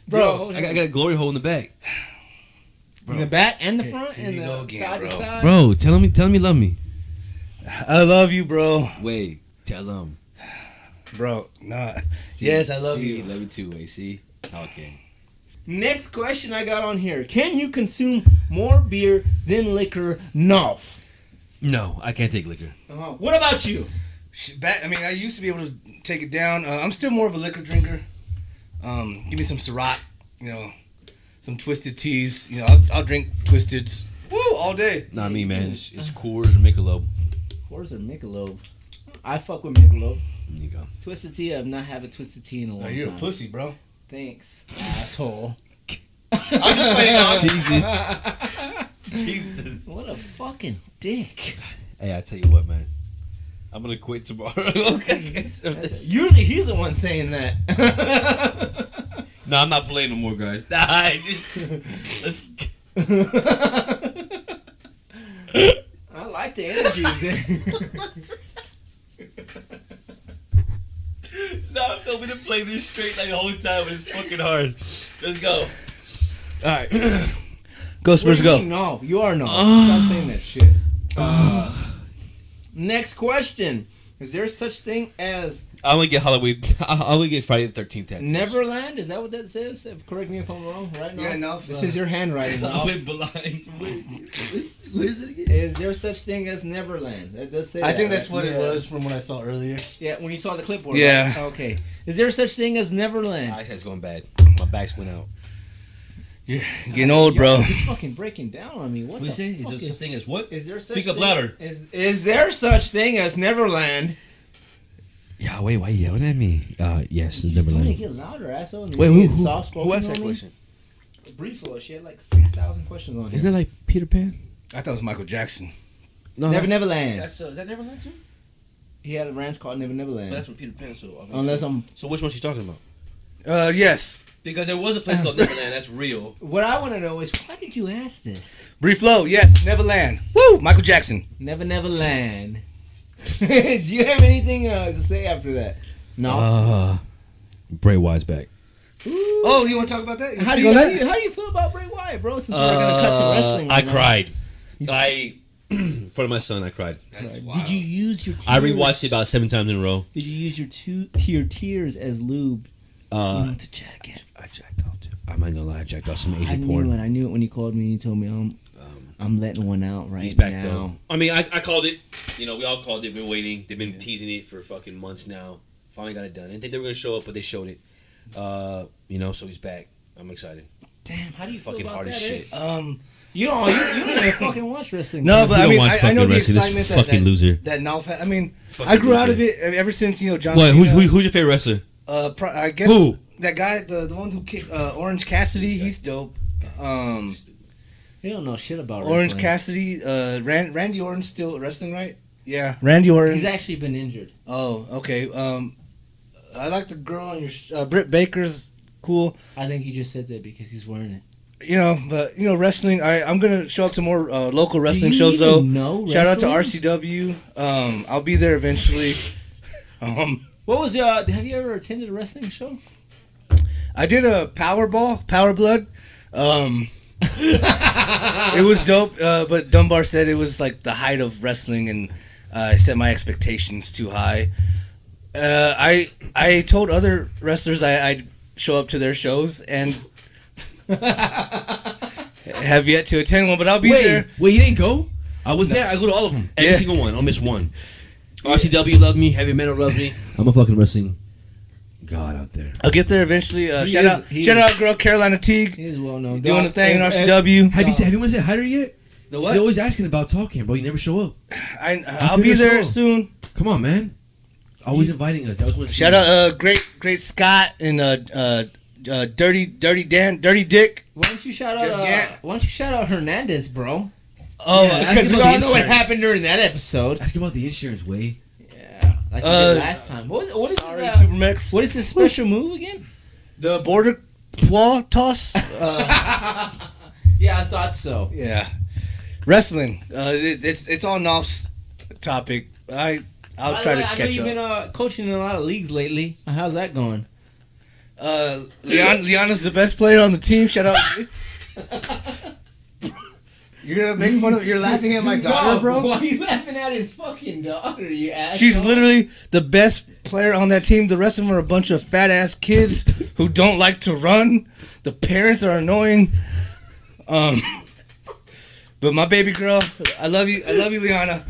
[SPEAKER 6] bro?
[SPEAKER 5] I got, I got a glory hole in the back.
[SPEAKER 6] In the back and the front and
[SPEAKER 4] you
[SPEAKER 6] the
[SPEAKER 4] go again,
[SPEAKER 6] side to
[SPEAKER 4] bro.
[SPEAKER 6] side.
[SPEAKER 5] Bro, tell me, tell me, love me.
[SPEAKER 4] I love you, bro.
[SPEAKER 5] Wait, tell him.
[SPEAKER 4] Bro, nah. yes, I love
[SPEAKER 5] See,
[SPEAKER 4] you.
[SPEAKER 5] Love you too, wait, see? Okay.
[SPEAKER 6] Next question I got on here: Can you consume more beer than liquor? No.
[SPEAKER 5] No, I can't take liquor.
[SPEAKER 6] Uh-huh. What about you?
[SPEAKER 4] Sh- Back, I mean, I used to be able to take it down. Uh, I'm still more of a liquor drinker. Um, give me some Ciroc, you know, some Twisted Teas. You know, I'll, I'll drink Twisteds. Woo, all day.
[SPEAKER 5] Not me, man. It's, it's Coors or Michelob.
[SPEAKER 6] Coors or Michelob? I fuck with Michelob.
[SPEAKER 5] There you go.
[SPEAKER 6] Twisted tea. I've not had a twisted tea in a long
[SPEAKER 4] Oh, you're a
[SPEAKER 6] time.
[SPEAKER 4] pussy, bro.
[SPEAKER 6] Thanks, asshole.
[SPEAKER 5] Jesus. Jesus.
[SPEAKER 6] What a fucking dick.
[SPEAKER 5] Hey, I tell you what, man. I'm gonna quit tomorrow. okay.
[SPEAKER 6] Usually he's the one saying that.
[SPEAKER 5] No, I'm not playing no more, guys. Nah, I just let's.
[SPEAKER 3] I like the energy today.
[SPEAKER 5] No, I'm told me to play this straight like the whole time, but it's fucking hard. Let's go.
[SPEAKER 4] All right. go Spurs,
[SPEAKER 3] What do you
[SPEAKER 4] go.
[SPEAKER 3] mean, No, you are no. Stop saying that shit. Uh, Next question: Is there such thing as
[SPEAKER 5] I'm gonna get Halloween. I'm gonna get Friday the Thirteenth tattoos.
[SPEAKER 3] Neverland? Is that what that says? If- correct me if I'm wrong. Right now,
[SPEAKER 4] Yeah, no,
[SPEAKER 3] this
[SPEAKER 4] uh,
[SPEAKER 3] is your handwriting.
[SPEAKER 5] I
[SPEAKER 3] Nolf.
[SPEAKER 5] went blind.
[SPEAKER 3] is there such thing as Neverland? That does say.
[SPEAKER 4] I
[SPEAKER 3] that,
[SPEAKER 4] think that's
[SPEAKER 3] right?
[SPEAKER 4] what it
[SPEAKER 3] Yeah.
[SPEAKER 4] was from what I saw earlier.
[SPEAKER 3] Yeah, when you saw the clipboard.
[SPEAKER 4] Yeah.
[SPEAKER 3] right? Okay. Is there such thing as Neverland?
[SPEAKER 6] Eyesight's going bad. My back's went out.
[SPEAKER 4] You're getting old, bro.
[SPEAKER 3] It's fucking breaking down on me. What
[SPEAKER 5] What
[SPEAKER 3] the
[SPEAKER 5] is it? Is
[SPEAKER 3] fuck
[SPEAKER 5] there
[SPEAKER 3] is?
[SPEAKER 5] such thing as what?
[SPEAKER 3] is there such
[SPEAKER 5] Speak up
[SPEAKER 3] thing-
[SPEAKER 5] louder.
[SPEAKER 3] Is is there such thing as Neverland?
[SPEAKER 6] Yeah, wait, why you yelling at me? Uh, yes,
[SPEAKER 3] You told me to get louder, asshole. and
[SPEAKER 6] Wait,
[SPEAKER 3] you're
[SPEAKER 6] who-
[SPEAKER 3] being
[SPEAKER 6] who-
[SPEAKER 3] soft-spoken
[SPEAKER 6] who asked that
[SPEAKER 3] on me?
[SPEAKER 6] question?
[SPEAKER 3] Briefo, she had like six thousand questions on
[SPEAKER 6] Isn't
[SPEAKER 3] here.
[SPEAKER 6] that like Peter Pan?
[SPEAKER 4] I thought it was Michael Jackson.
[SPEAKER 6] No,
[SPEAKER 3] Never
[SPEAKER 6] that's-
[SPEAKER 3] Neverland.
[SPEAKER 5] That's uh, is that Neverland too?
[SPEAKER 3] he had a ranch called Never
[SPEAKER 5] But that's
[SPEAKER 3] Neverland.
[SPEAKER 5] from Peter Pan. So I'm
[SPEAKER 3] Unless I'm
[SPEAKER 6] So which one she's talking about?
[SPEAKER 4] Uh, yes.
[SPEAKER 5] because there was a place
[SPEAKER 6] Uh.
[SPEAKER 5] called Neverland. That's real.
[SPEAKER 3] what I want to know is why did you ask this?
[SPEAKER 4] Brief Flow, yes. Neverland. Woo! Michael Jackson.
[SPEAKER 3] Never Neverland. Do you have anything uh, to say after that? No.
[SPEAKER 6] Uh, Bray Wyatt's back.
[SPEAKER 4] Oh, you want to talk about that?
[SPEAKER 3] how do you, how do you how do you feel about Bray Wyatt, bro? Since we're gonna cut to wrestling, right
[SPEAKER 5] I
[SPEAKER 3] now?
[SPEAKER 5] cried. Uh, I in front of my son, I cried.
[SPEAKER 4] That's
[SPEAKER 3] Did you use your? Tears?
[SPEAKER 5] I rewatched it about seven times in a row.
[SPEAKER 3] Did you use your two tier tears as lube? you
[SPEAKER 5] Uh,
[SPEAKER 3] know, to check it.
[SPEAKER 6] I jacked out. Too. I'm not gonna lie, I jacked out some
[SPEAKER 3] I
[SPEAKER 6] Asian
[SPEAKER 3] knew
[SPEAKER 6] porn.
[SPEAKER 3] it. I knew it when you called me. and You told me I'm I'm letting one out right
[SPEAKER 5] he's back
[SPEAKER 3] now.
[SPEAKER 5] though. I mean, I, I called it. You know, we all called it. They've been waiting. They've been teasing it for fucking months now. Finally got it done. I didn't think they were gonna show up, but they showed it. Uh, you know, so he's back. I'm excited.
[SPEAKER 3] Damn, how do you
[SPEAKER 5] Fucking
[SPEAKER 3] feel about
[SPEAKER 5] hard
[SPEAKER 3] that?
[SPEAKER 5] as shit.
[SPEAKER 3] X?
[SPEAKER 4] Um,
[SPEAKER 3] You don't. You, you don't even fucking watch wrestling.
[SPEAKER 4] no, but I
[SPEAKER 5] don't
[SPEAKER 4] mean,
[SPEAKER 5] watch
[SPEAKER 4] I, I know
[SPEAKER 5] fucking wrestling,
[SPEAKER 4] the
[SPEAKER 5] this
[SPEAKER 4] excitement that,
[SPEAKER 5] fucking
[SPEAKER 4] that,
[SPEAKER 5] loser.
[SPEAKER 4] that Nolf had. I mean,
[SPEAKER 5] Fucking
[SPEAKER 4] I grew out of
[SPEAKER 5] loser.
[SPEAKER 4] it ever since, you know, John
[SPEAKER 5] What? Who's,
[SPEAKER 4] Cena.
[SPEAKER 5] who, who's your favorite wrestler?
[SPEAKER 4] Uh, pro- I guess
[SPEAKER 5] Who?
[SPEAKER 4] that guy, the, the one who kicked uh, Orange Cassidy, he's dope. Um,
[SPEAKER 3] You don't know shit about
[SPEAKER 4] Orange
[SPEAKER 3] wrestling.
[SPEAKER 4] Cassidy, uh, Rand, Randy Orton still wrestling, right? Yeah, Randy Orton.
[SPEAKER 3] He's actually been injured.
[SPEAKER 4] oh, okay. Um, I like the girl on your sh- uh, Britt Baker's cool.
[SPEAKER 3] I think he just said that because he's wearing it.
[SPEAKER 4] You know, but you know, wrestling. I I'm gonna show up to more uh, local wrestling
[SPEAKER 3] you
[SPEAKER 4] shows though.
[SPEAKER 3] even know
[SPEAKER 4] Shout out to
[SPEAKER 3] wrestling?
[SPEAKER 4] RCW. Um, I'll be there eventually. um,
[SPEAKER 3] What was uh? Have you ever attended a wrestling show?
[SPEAKER 4] I did a Powerball, Power Blood. Um, it was dope, uh, but Dunbar said it was like the height of wrestling, and uh, I set my expectations too high. Uh, I I told other wrestlers I, I'd show up to their shows and have yet to attend one, but I'll be there.
[SPEAKER 6] wait, you didn't go? I was there. I go to all of them. Every
[SPEAKER 4] Yeah.
[SPEAKER 6] single one. I'll miss one. RCW loved me. Heavy Metal loved me. I'm a fucking wrestling god out there.
[SPEAKER 4] I'll get there eventually. Uh,
[SPEAKER 3] He
[SPEAKER 4] shout
[SPEAKER 3] is-
[SPEAKER 4] out,
[SPEAKER 3] he
[SPEAKER 4] shout
[SPEAKER 3] is-
[SPEAKER 4] out, girl Carolina Teague
[SPEAKER 3] He is well known.
[SPEAKER 4] doing
[SPEAKER 3] Dog-
[SPEAKER 4] the thing in
[SPEAKER 3] and- and-
[SPEAKER 4] RCW.
[SPEAKER 6] Have you said, have you said hi to her yet?
[SPEAKER 4] The
[SPEAKER 6] She's always asking about talking, bro. You never show up.
[SPEAKER 4] I, I'll
[SPEAKER 6] could
[SPEAKER 4] be
[SPEAKER 6] have
[SPEAKER 4] there
[SPEAKER 6] saw.
[SPEAKER 4] soon.
[SPEAKER 6] Come on, man. Always inviting us. That was when
[SPEAKER 4] Shout out, uh, great, great Scott and uh, uh, uh, dirty, dirty Dan, dirty Dick.
[SPEAKER 3] Why don't you shout out?
[SPEAKER 4] Jeff
[SPEAKER 3] Uh,
[SPEAKER 4] Gant.
[SPEAKER 3] why don't you shout out Hernandez, bro?
[SPEAKER 4] Oh,
[SPEAKER 3] Yeah,
[SPEAKER 6] ask
[SPEAKER 3] because
[SPEAKER 6] him
[SPEAKER 3] we
[SPEAKER 6] about the
[SPEAKER 3] all know what
[SPEAKER 6] insurance.
[SPEAKER 3] happened during that episode.
[SPEAKER 6] Ask him about the insurance, way.
[SPEAKER 3] Yeah, like we
[SPEAKER 4] Uh,
[SPEAKER 3] did last time. What, what is
[SPEAKER 4] sorry,
[SPEAKER 3] his, uh,
[SPEAKER 4] Supermax.
[SPEAKER 3] what is his special move again?
[SPEAKER 4] the border wall toss? Uh,
[SPEAKER 3] Yeah, I thought so.
[SPEAKER 4] yeah, wrestling. Uh, it, it's it's on Nolf's topic. I I'll
[SPEAKER 3] By the
[SPEAKER 4] try
[SPEAKER 3] way,
[SPEAKER 4] to
[SPEAKER 3] I know
[SPEAKER 4] catch
[SPEAKER 3] you've
[SPEAKER 4] up.
[SPEAKER 3] been uh, coaching in a lot of leagues lately. How's that going?
[SPEAKER 4] uh, Leon Leana's the best player on the team. Shout out. You're gonna make fun of. You're laughing at my
[SPEAKER 3] No, Why are you laughing at his fucking daughter? You ass.
[SPEAKER 4] She's literally the best player on that team. The rest of them are a bunch of fat ass kids who don't like to run. The parents are annoying. Um, but my baby girl, I love you. I love you, Liana.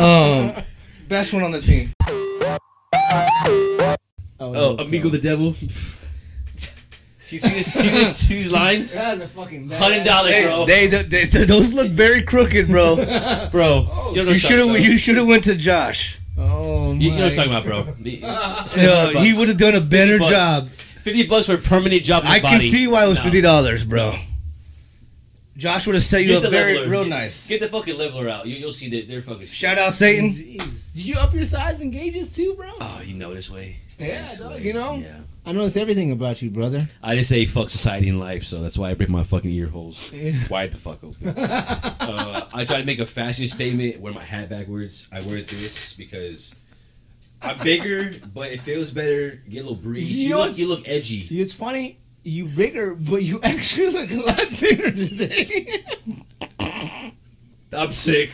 [SPEAKER 4] Um, best one on the team.
[SPEAKER 3] Oh,
[SPEAKER 5] Oh,
[SPEAKER 3] no,
[SPEAKER 5] Amigo
[SPEAKER 4] uh,
[SPEAKER 3] so-
[SPEAKER 5] the Devil. she see this, see this, see these lines.
[SPEAKER 3] That was a fucking bad.
[SPEAKER 5] Hundred dollar, bro.
[SPEAKER 4] They, they, they, those look very crooked, bro.
[SPEAKER 5] bro, Oh, you know what
[SPEAKER 4] You
[SPEAKER 5] I'm
[SPEAKER 4] should
[SPEAKER 5] talking
[SPEAKER 4] have. You should have went to Josh.
[SPEAKER 3] Oh my.
[SPEAKER 5] about. You know what I'm talking about, bro.
[SPEAKER 4] Yo, he would have done a better
[SPEAKER 5] bucks.
[SPEAKER 4] job.
[SPEAKER 5] Fifty bucks for a permanent job. in his
[SPEAKER 4] I can
[SPEAKER 5] body.
[SPEAKER 4] see why it was
[SPEAKER 5] No.
[SPEAKER 4] fifty dollars, bro. Josh would have set you
[SPEAKER 5] Get
[SPEAKER 4] up
[SPEAKER 5] the
[SPEAKER 4] very
[SPEAKER 5] leveler.
[SPEAKER 4] real nice.
[SPEAKER 5] Get the fucking leveler out. You, you'll see that they're fucking.
[SPEAKER 4] Shout out Satan.
[SPEAKER 6] Jeez. Did you up your size and gauges too, bro?
[SPEAKER 5] Oh, you know this way.
[SPEAKER 6] yeah,
[SPEAKER 5] This
[SPEAKER 6] dog,
[SPEAKER 5] way.
[SPEAKER 6] you know?
[SPEAKER 5] Yeah.
[SPEAKER 6] I notice everything about you, brother.
[SPEAKER 5] I just say fuck society and life, so that's why I break my fucking ear holes
[SPEAKER 6] Yeah.
[SPEAKER 5] wide the fuck open. uh, I try to make a fashion statement. Wear my hat backwards. I wear this because I'm bigger, but it feels better. Get a little breeze.
[SPEAKER 6] You
[SPEAKER 5] You,
[SPEAKER 6] know
[SPEAKER 5] look,
[SPEAKER 6] what's-
[SPEAKER 5] you look edgy.
[SPEAKER 6] See, it's funny. You bigger, but you actually look a lot thinner today.
[SPEAKER 5] I'm sick.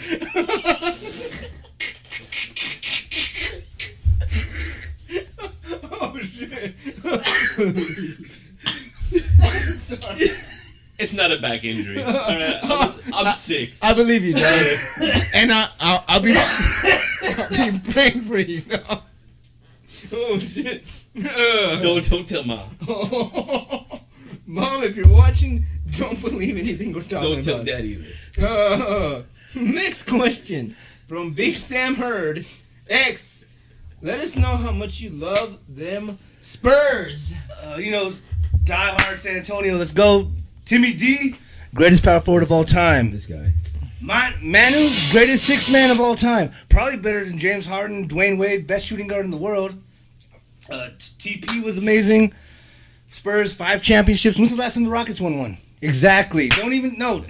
[SPEAKER 6] oh shit!
[SPEAKER 5] It's not a back injury. All right, I'm, I'm sick.
[SPEAKER 6] I believe you, dog. and I, I'll, I'll be, I'll be praying for you. Dog. Oh shit!
[SPEAKER 5] Don't don't tell mom.
[SPEAKER 6] Mom, if you're watching, don't believe anything we're talking
[SPEAKER 5] Don't tell
[SPEAKER 6] about.
[SPEAKER 5] dad either.
[SPEAKER 6] Uh, next question from Big Sam Hurd. X, let us know how much you love them Spurs.
[SPEAKER 4] Uh, you know, Die Hard San Antonio. Let's go. Timmy D, greatest power forward of all time.
[SPEAKER 5] This guy.
[SPEAKER 4] Man- Manu, greatest six man of all time. Probably better than James Harden, Dwayne Wade, best shooting guard in the world. Uh, T- TP was amazing. Spurs five championships. When's the last time the Rockets won one? Exactly. Don't even know.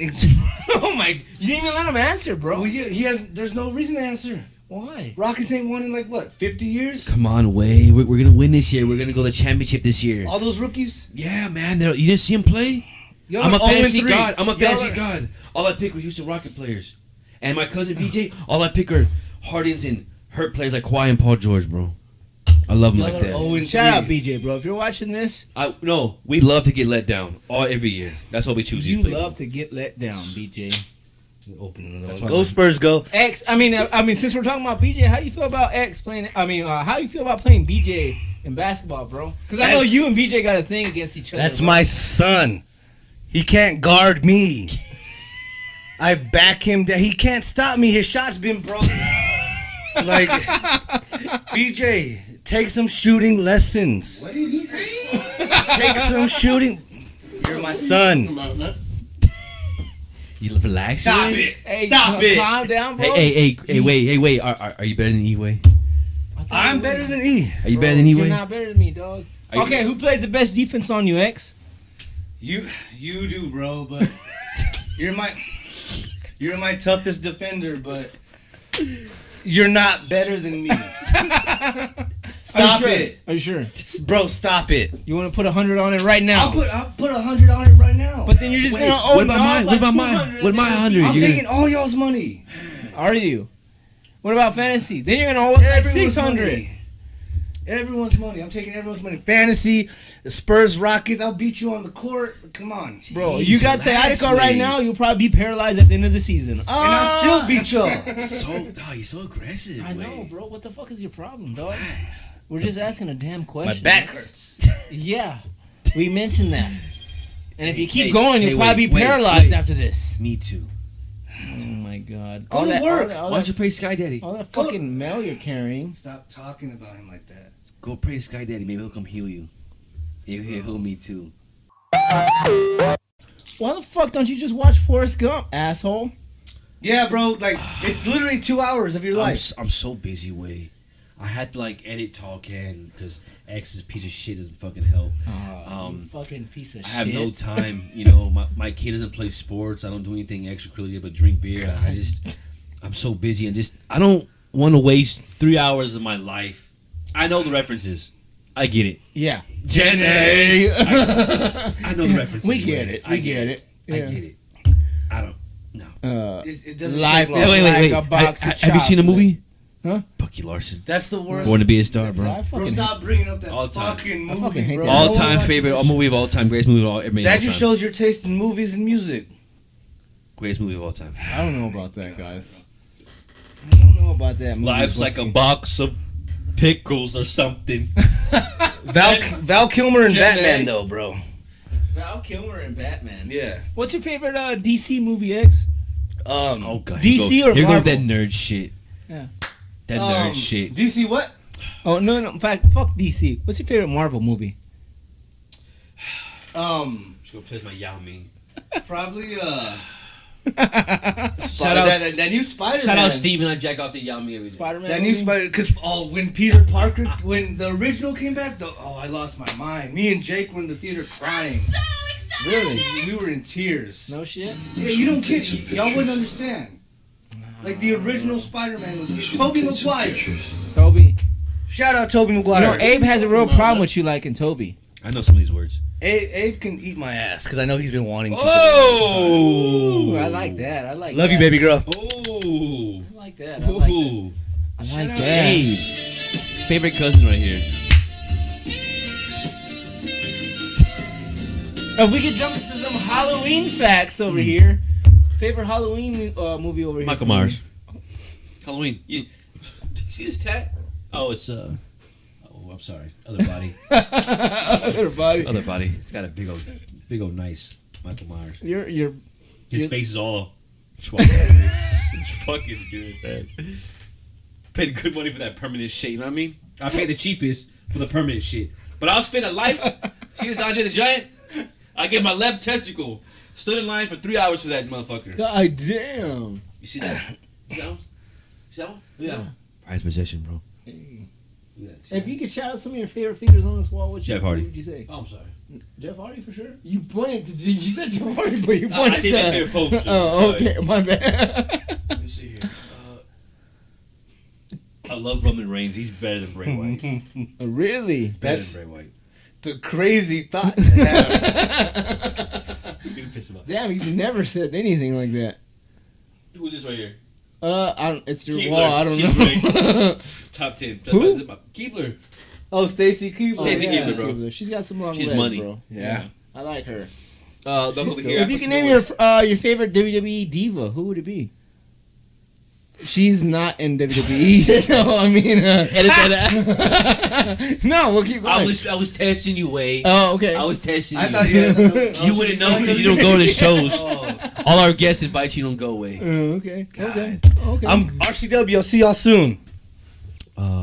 [SPEAKER 6] Oh my! You didn't even let him answer, bro.
[SPEAKER 4] Well, yeah, he has. There's no reason to answer.
[SPEAKER 6] Why?
[SPEAKER 4] Rockets ain't won in like what, 50 years?
[SPEAKER 5] Come on, Way. We're, we're gonna win this year. We're gonna go to the championship this year.
[SPEAKER 4] All those rookies.
[SPEAKER 5] Yeah, man. they're- You didn't see him play.
[SPEAKER 4] Y'all
[SPEAKER 5] I'm a
[SPEAKER 4] are 0 and
[SPEAKER 5] fantasy
[SPEAKER 4] 3.
[SPEAKER 5] god. I'm a
[SPEAKER 4] Y'all
[SPEAKER 5] fantasy
[SPEAKER 4] are-
[SPEAKER 5] god. All I pick were Houston Rocket players. And my cousin BJ, all I pick are Hardens and hurt players like Kawhi and Paul George, bro. I love them
[SPEAKER 4] Y'all
[SPEAKER 5] like
[SPEAKER 4] are
[SPEAKER 5] that.
[SPEAKER 4] 0 and
[SPEAKER 6] Shout out,
[SPEAKER 4] three.
[SPEAKER 6] BJ, bro. If you're watching this,
[SPEAKER 5] I no, we love to get let down all every year. That's why we choose
[SPEAKER 6] you
[SPEAKER 5] these players.
[SPEAKER 6] love to get let down, BJ.
[SPEAKER 4] Open another
[SPEAKER 5] That's
[SPEAKER 4] one.
[SPEAKER 5] why
[SPEAKER 4] Go
[SPEAKER 5] I'm-
[SPEAKER 4] Spurs, go.
[SPEAKER 6] X, I mean, I, I mean, since we're talking about BJ, how do you feel about X playing? I mean, uh, how do you feel about playing BJ in basketball, bro? Because I know
[SPEAKER 4] That-
[SPEAKER 6] you and BJ got a thing against each other.
[SPEAKER 4] That's
[SPEAKER 6] bro.
[SPEAKER 4] my son. He can't guard me. I back him down. He can't stop me. His shot's been broken. like, BJ, take some shooting lessons. What did he say? take some shooting. You're my son.
[SPEAKER 5] You relax. Eway?
[SPEAKER 6] Hey,
[SPEAKER 4] Stop
[SPEAKER 6] calm,
[SPEAKER 4] it.
[SPEAKER 6] Calm down, bro.
[SPEAKER 5] Hey, hey, hey, hey, wait, hey, wait. Are, are, are you better than E-Way?
[SPEAKER 6] I thought you
[SPEAKER 4] I'm
[SPEAKER 6] were-
[SPEAKER 4] better than E.
[SPEAKER 5] Are you
[SPEAKER 6] Bro,
[SPEAKER 5] better than
[SPEAKER 6] You're
[SPEAKER 5] E-Way?
[SPEAKER 6] not better than me, dog.
[SPEAKER 5] Are you-
[SPEAKER 6] okay, who plays the best defense on you, X?
[SPEAKER 4] You you do, bro, but you're my you're my toughest defender, but you're not better than me. Stop
[SPEAKER 6] Are you sure?
[SPEAKER 4] it.
[SPEAKER 6] Are you sure?
[SPEAKER 4] Bro, stop it.
[SPEAKER 6] You want to put a hundred on it right now?
[SPEAKER 4] I'll put I'll put a hundred on it right now.
[SPEAKER 6] but then you're just
[SPEAKER 4] Wait,
[SPEAKER 6] gonna
[SPEAKER 3] Oh,
[SPEAKER 6] owe
[SPEAKER 5] what about
[SPEAKER 6] dog
[SPEAKER 5] mine?
[SPEAKER 6] Like
[SPEAKER 5] What about mine?
[SPEAKER 6] 200
[SPEAKER 5] What about my
[SPEAKER 6] at the end
[SPEAKER 5] hundred?
[SPEAKER 4] I'm
[SPEAKER 5] You gonna-
[SPEAKER 4] taking all y'all's money.
[SPEAKER 6] of the- Are you? What about fantasy? Then you're
[SPEAKER 4] Oh,
[SPEAKER 6] gonna owe us like six
[SPEAKER 4] Everyone's
[SPEAKER 6] hundred.
[SPEAKER 4] money. Everyone's money. I'm taking everyone's money. Fantasy, the Spurs, Rockets. I'll beat you on the court. Come on, bro.
[SPEAKER 6] Bro, you got sciatica right now. You'll probably be paralyzed at the end of the season. Oh,
[SPEAKER 4] And I'll still beat y'all.
[SPEAKER 5] so, dog, you're so aggressive.
[SPEAKER 6] I know,
[SPEAKER 5] Way.
[SPEAKER 6] bro. What the fuck is your problem, dog? We're just asking a damn
[SPEAKER 4] My
[SPEAKER 6] question.
[SPEAKER 4] back
[SPEAKER 6] X.
[SPEAKER 4] hurts.
[SPEAKER 6] Yeah, we mentioned that. And if you keep
[SPEAKER 5] hey,
[SPEAKER 6] going,
[SPEAKER 5] hey,
[SPEAKER 6] you'll probably
[SPEAKER 5] wait,
[SPEAKER 6] be
[SPEAKER 5] wait,
[SPEAKER 6] paralyzed
[SPEAKER 5] wait.
[SPEAKER 6] after this.
[SPEAKER 5] Me too.
[SPEAKER 6] Oh my god.
[SPEAKER 4] Go to work.
[SPEAKER 6] All that, all
[SPEAKER 5] Why don't
[SPEAKER 6] that,
[SPEAKER 5] you pray Sky Daddy?
[SPEAKER 6] all that fucking mail you're carrying.
[SPEAKER 4] Stop talking about him like that.
[SPEAKER 5] Go pray to Sky Daddy. Maybe he'll come heal you. He'll he'll heal me too.
[SPEAKER 6] Why the fuck don't you just watch Forrest Gump, asshole?
[SPEAKER 4] Yeah, bro. Like it's literally two hours of your
[SPEAKER 5] I'm,
[SPEAKER 4] life.
[SPEAKER 5] s- I'm so busy, way. I had to like edit talk in because X is a piece of shit doesn't fucking help.
[SPEAKER 6] You
[SPEAKER 5] um,
[SPEAKER 6] fucking piece of
[SPEAKER 5] I have
[SPEAKER 6] Oh, shit.
[SPEAKER 5] no time. You know, my, my kid doesn't play sports. I don't do anything extracurricular but drink beer. I, I just I'm so busy and just I don't want to waste three hours of my life. I know the references. I get it.
[SPEAKER 6] yeah.
[SPEAKER 5] Jenny, I know the references.
[SPEAKER 6] we get it.
[SPEAKER 5] I
[SPEAKER 6] We get it.
[SPEAKER 5] I
[SPEAKER 6] Yeah.
[SPEAKER 5] get it. I don't.
[SPEAKER 6] Uh,
[SPEAKER 4] It, it doesn't
[SPEAKER 6] Life
[SPEAKER 4] take long.
[SPEAKER 6] is-
[SPEAKER 5] wait, wait, wait.
[SPEAKER 6] Like a box
[SPEAKER 5] Ha-
[SPEAKER 6] of
[SPEAKER 5] ha- have you seen the
[SPEAKER 6] chocolate.
[SPEAKER 5] movie?
[SPEAKER 6] Huh?
[SPEAKER 5] Bucky Larson.
[SPEAKER 4] That's the worst.
[SPEAKER 5] Born to be a star, bro.
[SPEAKER 6] I
[SPEAKER 4] Bro,
[SPEAKER 6] fucking
[SPEAKER 4] stop bringing up that
[SPEAKER 5] All time.
[SPEAKER 4] fucking
[SPEAKER 6] I
[SPEAKER 4] movie,
[SPEAKER 6] fucking hate
[SPEAKER 4] bro.
[SPEAKER 6] that.
[SPEAKER 5] All
[SPEAKER 4] No one
[SPEAKER 5] time
[SPEAKER 4] watches
[SPEAKER 5] favorite,
[SPEAKER 4] that
[SPEAKER 5] all
[SPEAKER 4] shit.
[SPEAKER 5] movie of all time, greatest movie of all, I mean,
[SPEAKER 4] That
[SPEAKER 5] all
[SPEAKER 4] just
[SPEAKER 5] time.
[SPEAKER 4] shows your taste in movies and music.
[SPEAKER 5] greatest movie of all time.
[SPEAKER 6] I don't know about that, guys. I don't know about that. Movie,
[SPEAKER 5] Life's
[SPEAKER 6] but-
[SPEAKER 5] like a box of pickles or something.
[SPEAKER 4] Val Val Kilmer and
[SPEAKER 5] Jet
[SPEAKER 4] Batman
[SPEAKER 5] Li.
[SPEAKER 4] though, bro.
[SPEAKER 6] Val Kilmer and Batman.
[SPEAKER 4] Yeah.
[SPEAKER 6] What's your favorite uh, DC movie, X?
[SPEAKER 4] Um.
[SPEAKER 5] Oh god.
[SPEAKER 6] DC
[SPEAKER 5] here
[SPEAKER 6] or
[SPEAKER 5] you go. Here you go with that
[SPEAKER 6] Marvel?
[SPEAKER 5] nerd shit.
[SPEAKER 6] Yeah.
[SPEAKER 5] That
[SPEAKER 4] um,
[SPEAKER 5] nerd shit.
[SPEAKER 4] DC what?
[SPEAKER 6] Oh no, no. In fact, fuck DC. What's your favorite Marvel movie?
[SPEAKER 4] Um.
[SPEAKER 5] Just gonna play my Yao Ming.
[SPEAKER 4] Probably uh.
[SPEAKER 5] Shout out-
[SPEAKER 4] that, that, that new Spider.
[SPEAKER 5] Shout out Steven, I jack off to Yami every day.
[SPEAKER 2] Spider-Man.
[SPEAKER 4] That new
[SPEAKER 2] movie?
[SPEAKER 4] Spider, because oh, when Peter Parker, when the original came back, the, oh, I lost my mind. Me and Jake were in the theater crying.
[SPEAKER 3] Really?
[SPEAKER 4] We were in tears.
[SPEAKER 2] No shit.
[SPEAKER 4] Yeah, you don't get y- y'all wouldn't understand. Like the original Spider-Man was Toby Maguire.
[SPEAKER 3] Toby.
[SPEAKER 4] Shout out Toby
[SPEAKER 3] You
[SPEAKER 4] Maguire.
[SPEAKER 3] know, Abe has a real
[SPEAKER 5] No,
[SPEAKER 3] problem
[SPEAKER 5] no.
[SPEAKER 3] with you liking Toby.
[SPEAKER 5] I know some of these words.
[SPEAKER 4] Abe, Abe can eat my ass because I know he's been wanting to.
[SPEAKER 5] Oh,
[SPEAKER 3] Ooh, I like that. I like
[SPEAKER 4] Love
[SPEAKER 3] that.
[SPEAKER 4] you, baby girl.
[SPEAKER 5] Oh,
[SPEAKER 3] I like that. I like that.
[SPEAKER 5] ooh.
[SPEAKER 3] I like that.
[SPEAKER 5] Hey, favorite cousin right here.
[SPEAKER 3] If we could jump into some Halloween facts over here. Favorite Halloween uh, movie over here?
[SPEAKER 5] Michael Myers. Halloween. You, do you see this tat? Oh, it's uh. Oh, I'm sorry. Other body.
[SPEAKER 3] Everybody.
[SPEAKER 5] Other body. It's got a big old, big old nice Michael Myers.
[SPEAKER 3] You're you're
[SPEAKER 5] His
[SPEAKER 3] You-
[SPEAKER 5] face is all. swollen. it's, it's fucking good, man. Paid good money for that permanent shit. You know what I mean? I paid the cheapest for the permanent shit, but I'll spend a life. see this Andre the Giant? I get my left testicle. Stood in line for three hours for that motherfucker.
[SPEAKER 3] God damn.
[SPEAKER 5] You see that? You see that one? You see that one? Look at that one. Prize possession, bro. Look at that. See
[SPEAKER 3] If
[SPEAKER 5] that?
[SPEAKER 3] you could shout out some of your favorite figures on this wall, what
[SPEAKER 5] Jeff
[SPEAKER 3] you,
[SPEAKER 5] Hardy.
[SPEAKER 3] What would you say?
[SPEAKER 5] Oh, I'm sorry.
[SPEAKER 3] Jeff Hardy for sure. You pointed to you said Jeff Hardy, but you
[SPEAKER 5] Uh, I
[SPEAKER 3] pointed
[SPEAKER 5] did my favorite
[SPEAKER 3] to.
[SPEAKER 5] poster.
[SPEAKER 3] Oh,
[SPEAKER 5] Sorry.
[SPEAKER 3] okay, my bad.
[SPEAKER 5] Let me see here. Uh, I love Roman Reigns. He's better than Bray Wyatt. Better
[SPEAKER 3] really?
[SPEAKER 4] That's-
[SPEAKER 5] than Bray Wyatt.
[SPEAKER 4] The crazy thought. to have.
[SPEAKER 5] You're gonna piss him off.
[SPEAKER 3] Damn, you never said anything like that.
[SPEAKER 5] Who's this right here?
[SPEAKER 3] Uh, I don't, it's your
[SPEAKER 5] Keebler.
[SPEAKER 3] wall. I don't
[SPEAKER 5] She's
[SPEAKER 3] know.
[SPEAKER 5] Top ten.
[SPEAKER 3] Who?
[SPEAKER 5] Keebler.
[SPEAKER 4] oh, Stacy Keebler.
[SPEAKER 3] Oh,
[SPEAKER 5] Stacey Keebler, bro.
[SPEAKER 3] She's got some long
[SPEAKER 5] She's
[SPEAKER 3] legs,
[SPEAKER 5] money.
[SPEAKER 3] bro.
[SPEAKER 4] Yeah.
[SPEAKER 3] I like her.
[SPEAKER 5] Uh, look over here. I
[SPEAKER 3] if you
[SPEAKER 5] put some
[SPEAKER 3] can name your
[SPEAKER 5] noise.
[SPEAKER 3] uh, your favorite WWE diva, who would it be? She's not in WWE, so I mean, uh,
[SPEAKER 5] Edit that out.
[SPEAKER 3] no, we'll keep
[SPEAKER 5] I
[SPEAKER 3] going.
[SPEAKER 5] was I was testing you, Wade.
[SPEAKER 3] oh, okay.
[SPEAKER 5] I was testing
[SPEAKER 4] I
[SPEAKER 5] you.
[SPEAKER 4] thought you. Had, Oh,
[SPEAKER 5] you wouldn't know because you don't go to the shows. All our guests invite you don't go away.
[SPEAKER 3] Oh, okay. Okay. Okay.
[SPEAKER 4] I'm RCW. I'll see y'all soon.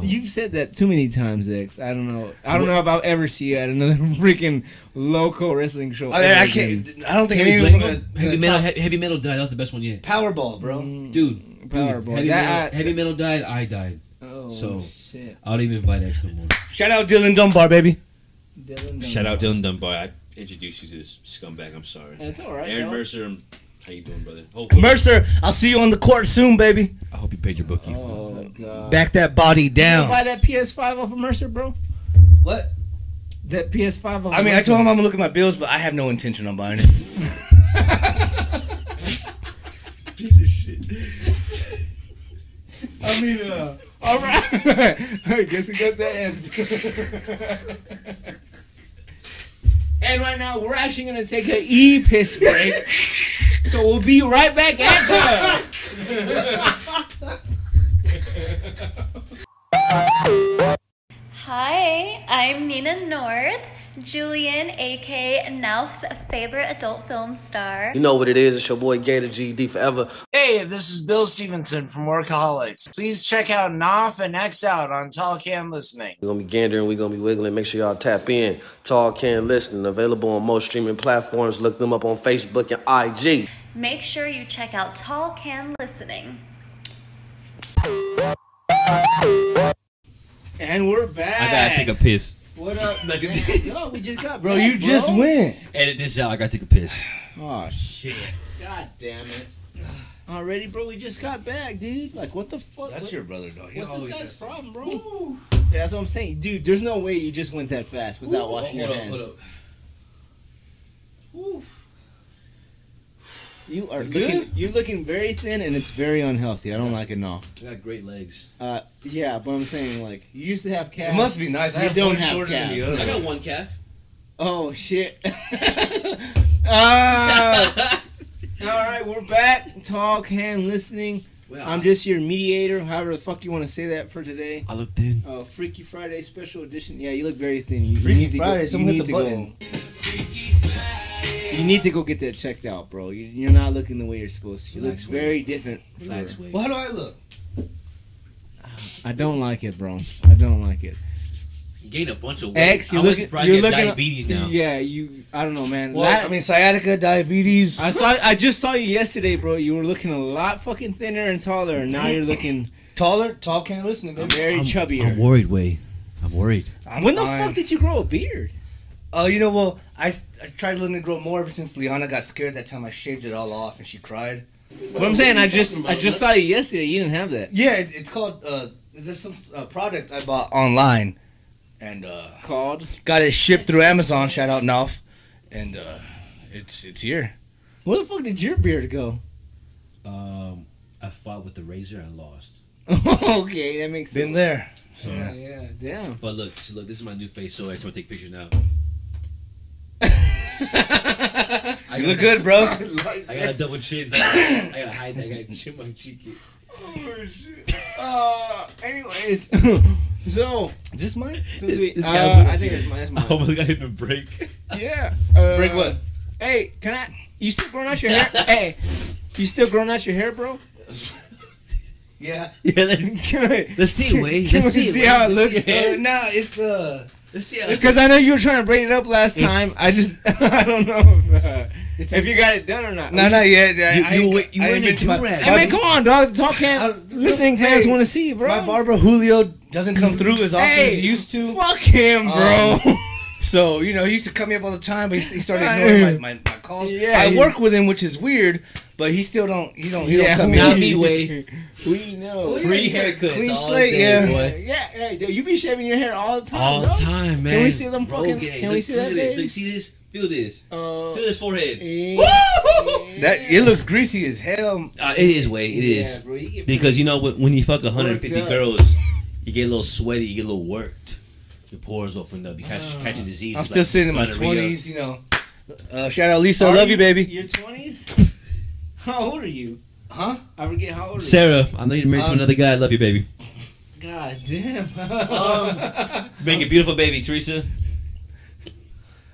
[SPEAKER 3] You've said that too many times, X. I don't know. I don't know if I'll ever see you at another freaking local wrestling show.
[SPEAKER 4] Oh, I, mean,
[SPEAKER 3] ever
[SPEAKER 4] I
[SPEAKER 3] again.
[SPEAKER 4] can't. I don't think
[SPEAKER 5] Heavy,
[SPEAKER 4] anyone's
[SPEAKER 5] metal,
[SPEAKER 4] gonna.
[SPEAKER 5] heavy,
[SPEAKER 4] gonna
[SPEAKER 5] metal, he- heavy metal died. That was the best one yet,
[SPEAKER 4] top- Powerball, bro.
[SPEAKER 5] Mm. dude. dude,
[SPEAKER 3] Powerball.
[SPEAKER 5] Heavy,
[SPEAKER 3] Mm. That-
[SPEAKER 5] metal, heavy metal died. I died.
[SPEAKER 3] Oh
[SPEAKER 5] So-
[SPEAKER 3] shit!
[SPEAKER 5] I don't even invite X no more.
[SPEAKER 4] Shout out Dylan Dunbar, baby.
[SPEAKER 3] Dylan
[SPEAKER 5] Shout out Dylan Dunbar. I introduced you to this scumbag. I'm sorry.
[SPEAKER 3] It's all right.
[SPEAKER 5] Aaron
[SPEAKER 3] though.
[SPEAKER 5] Mercer, um, how you doing, brother? Hope-
[SPEAKER 4] Mercer, I'll see you on the court soon, baby.
[SPEAKER 5] I hope you paid your bookie.
[SPEAKER 3] Oh god!
[SPEAKER 4] Back that body
[SPEAKER 3] You
[SPEAKER 4] down.
[SPEAKER 3] buy that PS5 off of Mercer, bro.
[SPEAKER 4] What?
[SPEAKER 3] That PS5. Off
[SPEAKER 4] I mean, I told him I'm gonna look at my bills, but I have no intention on buying it.
[SPEAKER 5] piece of shit.
[SPEAKER 3] I mean, uh, all right. I guess we got that answer. and right now, we're actually gonna take a e piss break. so we'll be right back at you.
[SPEAKER 8] Hi, I'm Nina North, Julian, aka Nauf's favorite adult film star.
[SPEAKER 9] You know what it is. It's your boy Gator GD forever.
[SPEAKER 10] Hey, this is Bill Stevenson from Workaholics. Please check out Knopf and X Out on Tall Can Listening.
[SPEAKER 9] We're going to be gandering. We're going to be wiggling. Make sure y'all tap in. Tall Can Listening. Available on most streaming platforms. Look them up on Facebook and IG.
[SPEAKER 8] Make sure you check out Tall Can Listening.
[SPEAKER 3] And we're back.
[SPEAKER 5] I gotta take a piss.
[SPEAKER 3] What up? Yo, we just got
[SPEAKER 4] Bro,
[SPEAKER 3] back,
[SPEAKER 4] you just went.
[SPEAKER 5] Edit this out. I gotta take a piss.
[SPEAKER 3] Oh shit! God damn it! Already, bro. We just got back, dude. Like, what the fuck?
[SPEAKER 4] That's
[SPEAKER 3] What-
[SPEAKER 4] your brother, though. He
[SPEAKER 3] What's
[SPEAKER 4] always
[SPEAKER 3] this
[SPEAKER 4] has-
[SPEAKER 3] guy's problem, bro? Yeah, that's what I'm saying, dude. There's no way you just went that fast without washing your hands. You are looking. You're looking very thin, and it's very unhealthy. I don't like it enough.
[SPEAKER 5] You got great legs.
[SPEAKER 3] Uh, yeah, but I'm saying like you used to have
[SPEAKER 4] It
[SPEAKER 3] calves.
[SPEAKER 4] must be nice. I
[SPEAKER 3] You
[SPEAKER 4] have
[SPEAKER 3] don't
[SPEAKER 4] one
[SPEAKER 3] have
[SPEAKER 4] shorter than the
[SPEAKER 3] calves.
[SPEAKER 4] other.
[SPEAKER 5] I got one calf.
[SPEAKER 3] oh shit. Ah. all right, we're back. Talk, hand, listening.
[SPEAKER 5] Well,
[SPEAKER 3] I'm just your mediator, however the fuck you want to say that for today.
[SPEAKER 5] I looked in.
[SPEAKER 3] Uh, Freaky Friday special edition. Yeah, you look very thin. You,
[SPEAKER 4] Freaky
[SPEAKER 3] need to
[SPEAKER 4] Friday,
[SPEAKER 3] go. You
[SPEAKER 4] someone
[SPEAKER 3] need
[SPEAKER 4] hit
[SPEAKER 3] to
[SPEAKER 4] the
[SPEAKER 3] go.
[SPEAKER 4] button.
[SPEAKER 3] You need to go get that checked out, bro. You, you're not looking the way you're supposed to. You look very different.
[SPEAKER 5] Relax, wait.
[SPEAKER 4] Well, how do I look?
[SPEAKER 3] I don't like it, bro. I don't like it.
[SPEAKER 5] gained a bunch of weight.
[SPEAKER 3] X, you're
[SPEAKER 5] I was
[SPEAKER 3] looking.
[SPEAKER 5] surprised
[SPEAKER 3] You're
[SPEAKER 5] you had
[SPEAKER 3] looking
[SPEAKER 5] diabetes now.
[SPEAKER 3] Yeah, you. I don't know, man.
[SPEAKER 4] Well,
[SPEAKER 3] That-
[SPEAKER 4] I mean, sciatica, diabetes.
[SPEAKER 3] I saw. I just saw you yesterday, bro. You were looking a lot fucking thinner and taller, and now you're looking
[SPEAKER 4] taller, tall can't listen to me.
[SPEAKER 3] very chubbier.
[SPEAKER 5] I'm worried, Way. I'm worried.
[SPEAKER 4] I'm
[SPEAKER 3] when the
[SPEAKER 4] fine.
[SPEAKER 3] fuck did you grow a beard?
[SPEAKER 4] Oh, you know, well, I, I tried letting it grow more ever since Liana got scared that time I shaved it all off and she cried.
[SPEAKER 3] What I'm saying, I just, I just saw you yesterday. You didn't have that.
[SPEAKER 4] Yeah, it, it's called, uh, there's some uh, product I bought online and uh,
[SPEAKER 3] Called.
[SPEAKER 4] got it shipped through Amazon, shout out Nolf, and uh, it's it's here.
[SPEAKER 3] Where the fuck did your beard go?
[SPEAKER 5] Um, I fought with the razor and lost.
[SPEAKER 3] okay, that makes
[SPEAKER 4] Been
[SPEAKER 3] sense.
[SPEAKER 4] there.
[SPEAKER 5] So,
[SPEAKER 4] Yeah.
[SPEAKER 3] Yeah, damn.
[SPEAKER 5] but look, so look, this is my new face. So I just want to take pictures now. I
[SPEAKER 4] You
[SPEAKER 5] got-
[SPEAKER 4] look good, bro.
[SPEAKER 5] I got a double chin. so I gotta- I gotta hide that. I gotta chin my cheek. in.
[SPEAKER 3] Uh, anyways, so
[SPEAKER 4] Is this mine?
[SPEAKER 3] since we,
[SPEAKER 5] This guy
[SPEAKER 3] uh,
[SPEAKER 5] blew
[SPEAKER 3] I
[SPEAKER 5] his
[SPEAKER 3] think it's my, it's
[SPEAKER 5] I
[SPEAKER 3] my
[SPEAKER 5] almost got him a break.
[SPEAKER 3] yeah. Uh,
[SPEAKER 4] Break what?
[SPEAKER 3] Hey, can I? You still growing out your hair? hey, you still growing out your hair, bro?
[SPEAKER 4] Yeah.
[SPEAKER 5] Yeah, let's,
[SPEAKER 3] Can I-
[SPEAKER 5] let's see it, Wade.
[SPEAKER 3] Can
[SPEAKER 5] Let's
[SPEAKER 3] we
[SPEAKER 5] see it.
[SPEAKER 3] see
[SPEAKER 5] Wade.
[SPEAKER 3] how it
[SPEAKER 5] Let's
[SPEAKER 3] looks?
[SPEAKER 5] see
[SPEAKER 4] Uh,
[SPEAKER 5] it.
[SPEAKER 4] nah, it's, uh,
[SPEAKER 5] Let's see how it
[SPEAKER 3] Because I know you were trying to bring it up last time.
[SPEAKER 5] It's-
[SPEAKER 3] I just I don't know if, uh, if you got it done or not.
[SPEAKER 4] no,
[SPEAKER 3] I'm
[SPEAKER 4] not
[SPEAKER 3] just-
[SPEAKER 4] yet. I-
[SPEAKER 5] You-
[SPEAKER 4] I
[SPEAKER 5] you
[SPEAKER 4] ain't-
[SPEAKER 5] were- you
[SPEAKER 4] I
[SPEAKER 5] were
[SPEAKER 4] ain't
[SPEAKER 5] in a
[SPEAKER 4] been to my-
[SPEAKER 5] do-rag.
[SPEAKER 3] I mean, come on, dog. Talk
[SPEAKER 4] I-
[SPEAKER 3] can listening fans want to see, you, bro.
[SPEAKER 4] My barber Julio doesn't come through as often
[SPEAKER 3] Hey,
[SPEAKER 4] as he used to.
[SPEAKER 3] fuck him, bro.
[SPEAKER 4] So, you know, he used to cut me up all the time, but he, he started ignoring my, my, my calls.
[SPEAKER 3] Yeah,
[SPEAKER 4] I
[SPEAKER 3] he-
[SPEAKER 4] work with him, which is weird, but he still don't he don't he
[SPEAKER 3] Yeah,
[SPEAKER 4] don't cut me
[SPEAKER 5] Not
[SPEAKER 4] up. Oh,
[SPEAKER 5] me, Wade.
[SPEAKER 3] we know.
[SPEAKER 5] Free
[SPEAKER 4] Yeah, you got a
[SPEAKER 5] haircuts
[SPEAKER 4] clean
[SPEAKER 5] all
[SPEAKER 4] slate,
[SPEAKER 5] day,
[SPEAKER 4] yeah.
[SPEAKER 5] boy.
[SPEAKER 3] Yeah, hey, dude, you be shaving your hair all the time.
[SPEAKER 5] All
[SPEAKER 3] dog.
[SPEAKER 5] time, man.
[SPEAKER 3] we see them fucking-
[SPEAKER 5] Rogaine.
[SPEAKER 3] can we
[SPEAKER 5] Look-
[SPEAKER 3] see
[SPEAKER 5] look
[SPEAKER 3] that
[SPEAKER 5] at This.
[SPEAKER 3] thing?
[SPEAKER 5] Look, see this? Feel this.
[SPEAKER 3] Uh,
[SPEAKER 5] Feel this forehead.
[SPEAKER 3] eh,
[SPEAKER 4] That it looks greasy as hell.
[SPEAKER 5] Uh, it is, Wade. It
[SPEAKER 3] yeah,
[SPEAKER 5] is.
[SPEAKER 3] bro, you get-
[SPEAKER 5] Because you know when when you fuck 150
[SPEAKER 3] up.
[SPEAKER 5] girls, you get a little sweaty, you get a little worked. Your pores open up. You catch
[SPEAKER 3] Ah.
[SPEAKER 5] catching diseases.
[SPEAKER 4] I'm still
[SPEAKER 5] like
[SPEAKER 4] sitting in my
[SPEAKER 5] gonorrhea.
[SPEAKER 4] twenties, you know. Uh, shout out Lisa, I
[SPEAKER 3] Are
[SPEAKER 4] love you, baby.
[SPEAKER 3] Your twenties? How old are you?
[SPEAKER 4] Huh?
[SPEAKER 3] I forget how old. Are
[SPEAKER 5] Sarah, I know you're married to
[SPEAKER 4] Um,
[SPEAKER 5] another guy. I love you, baby.
[SPEAKER 3] You. God damn. uh,
[SPEAKER 5] Make a beautiful baby, Teresa.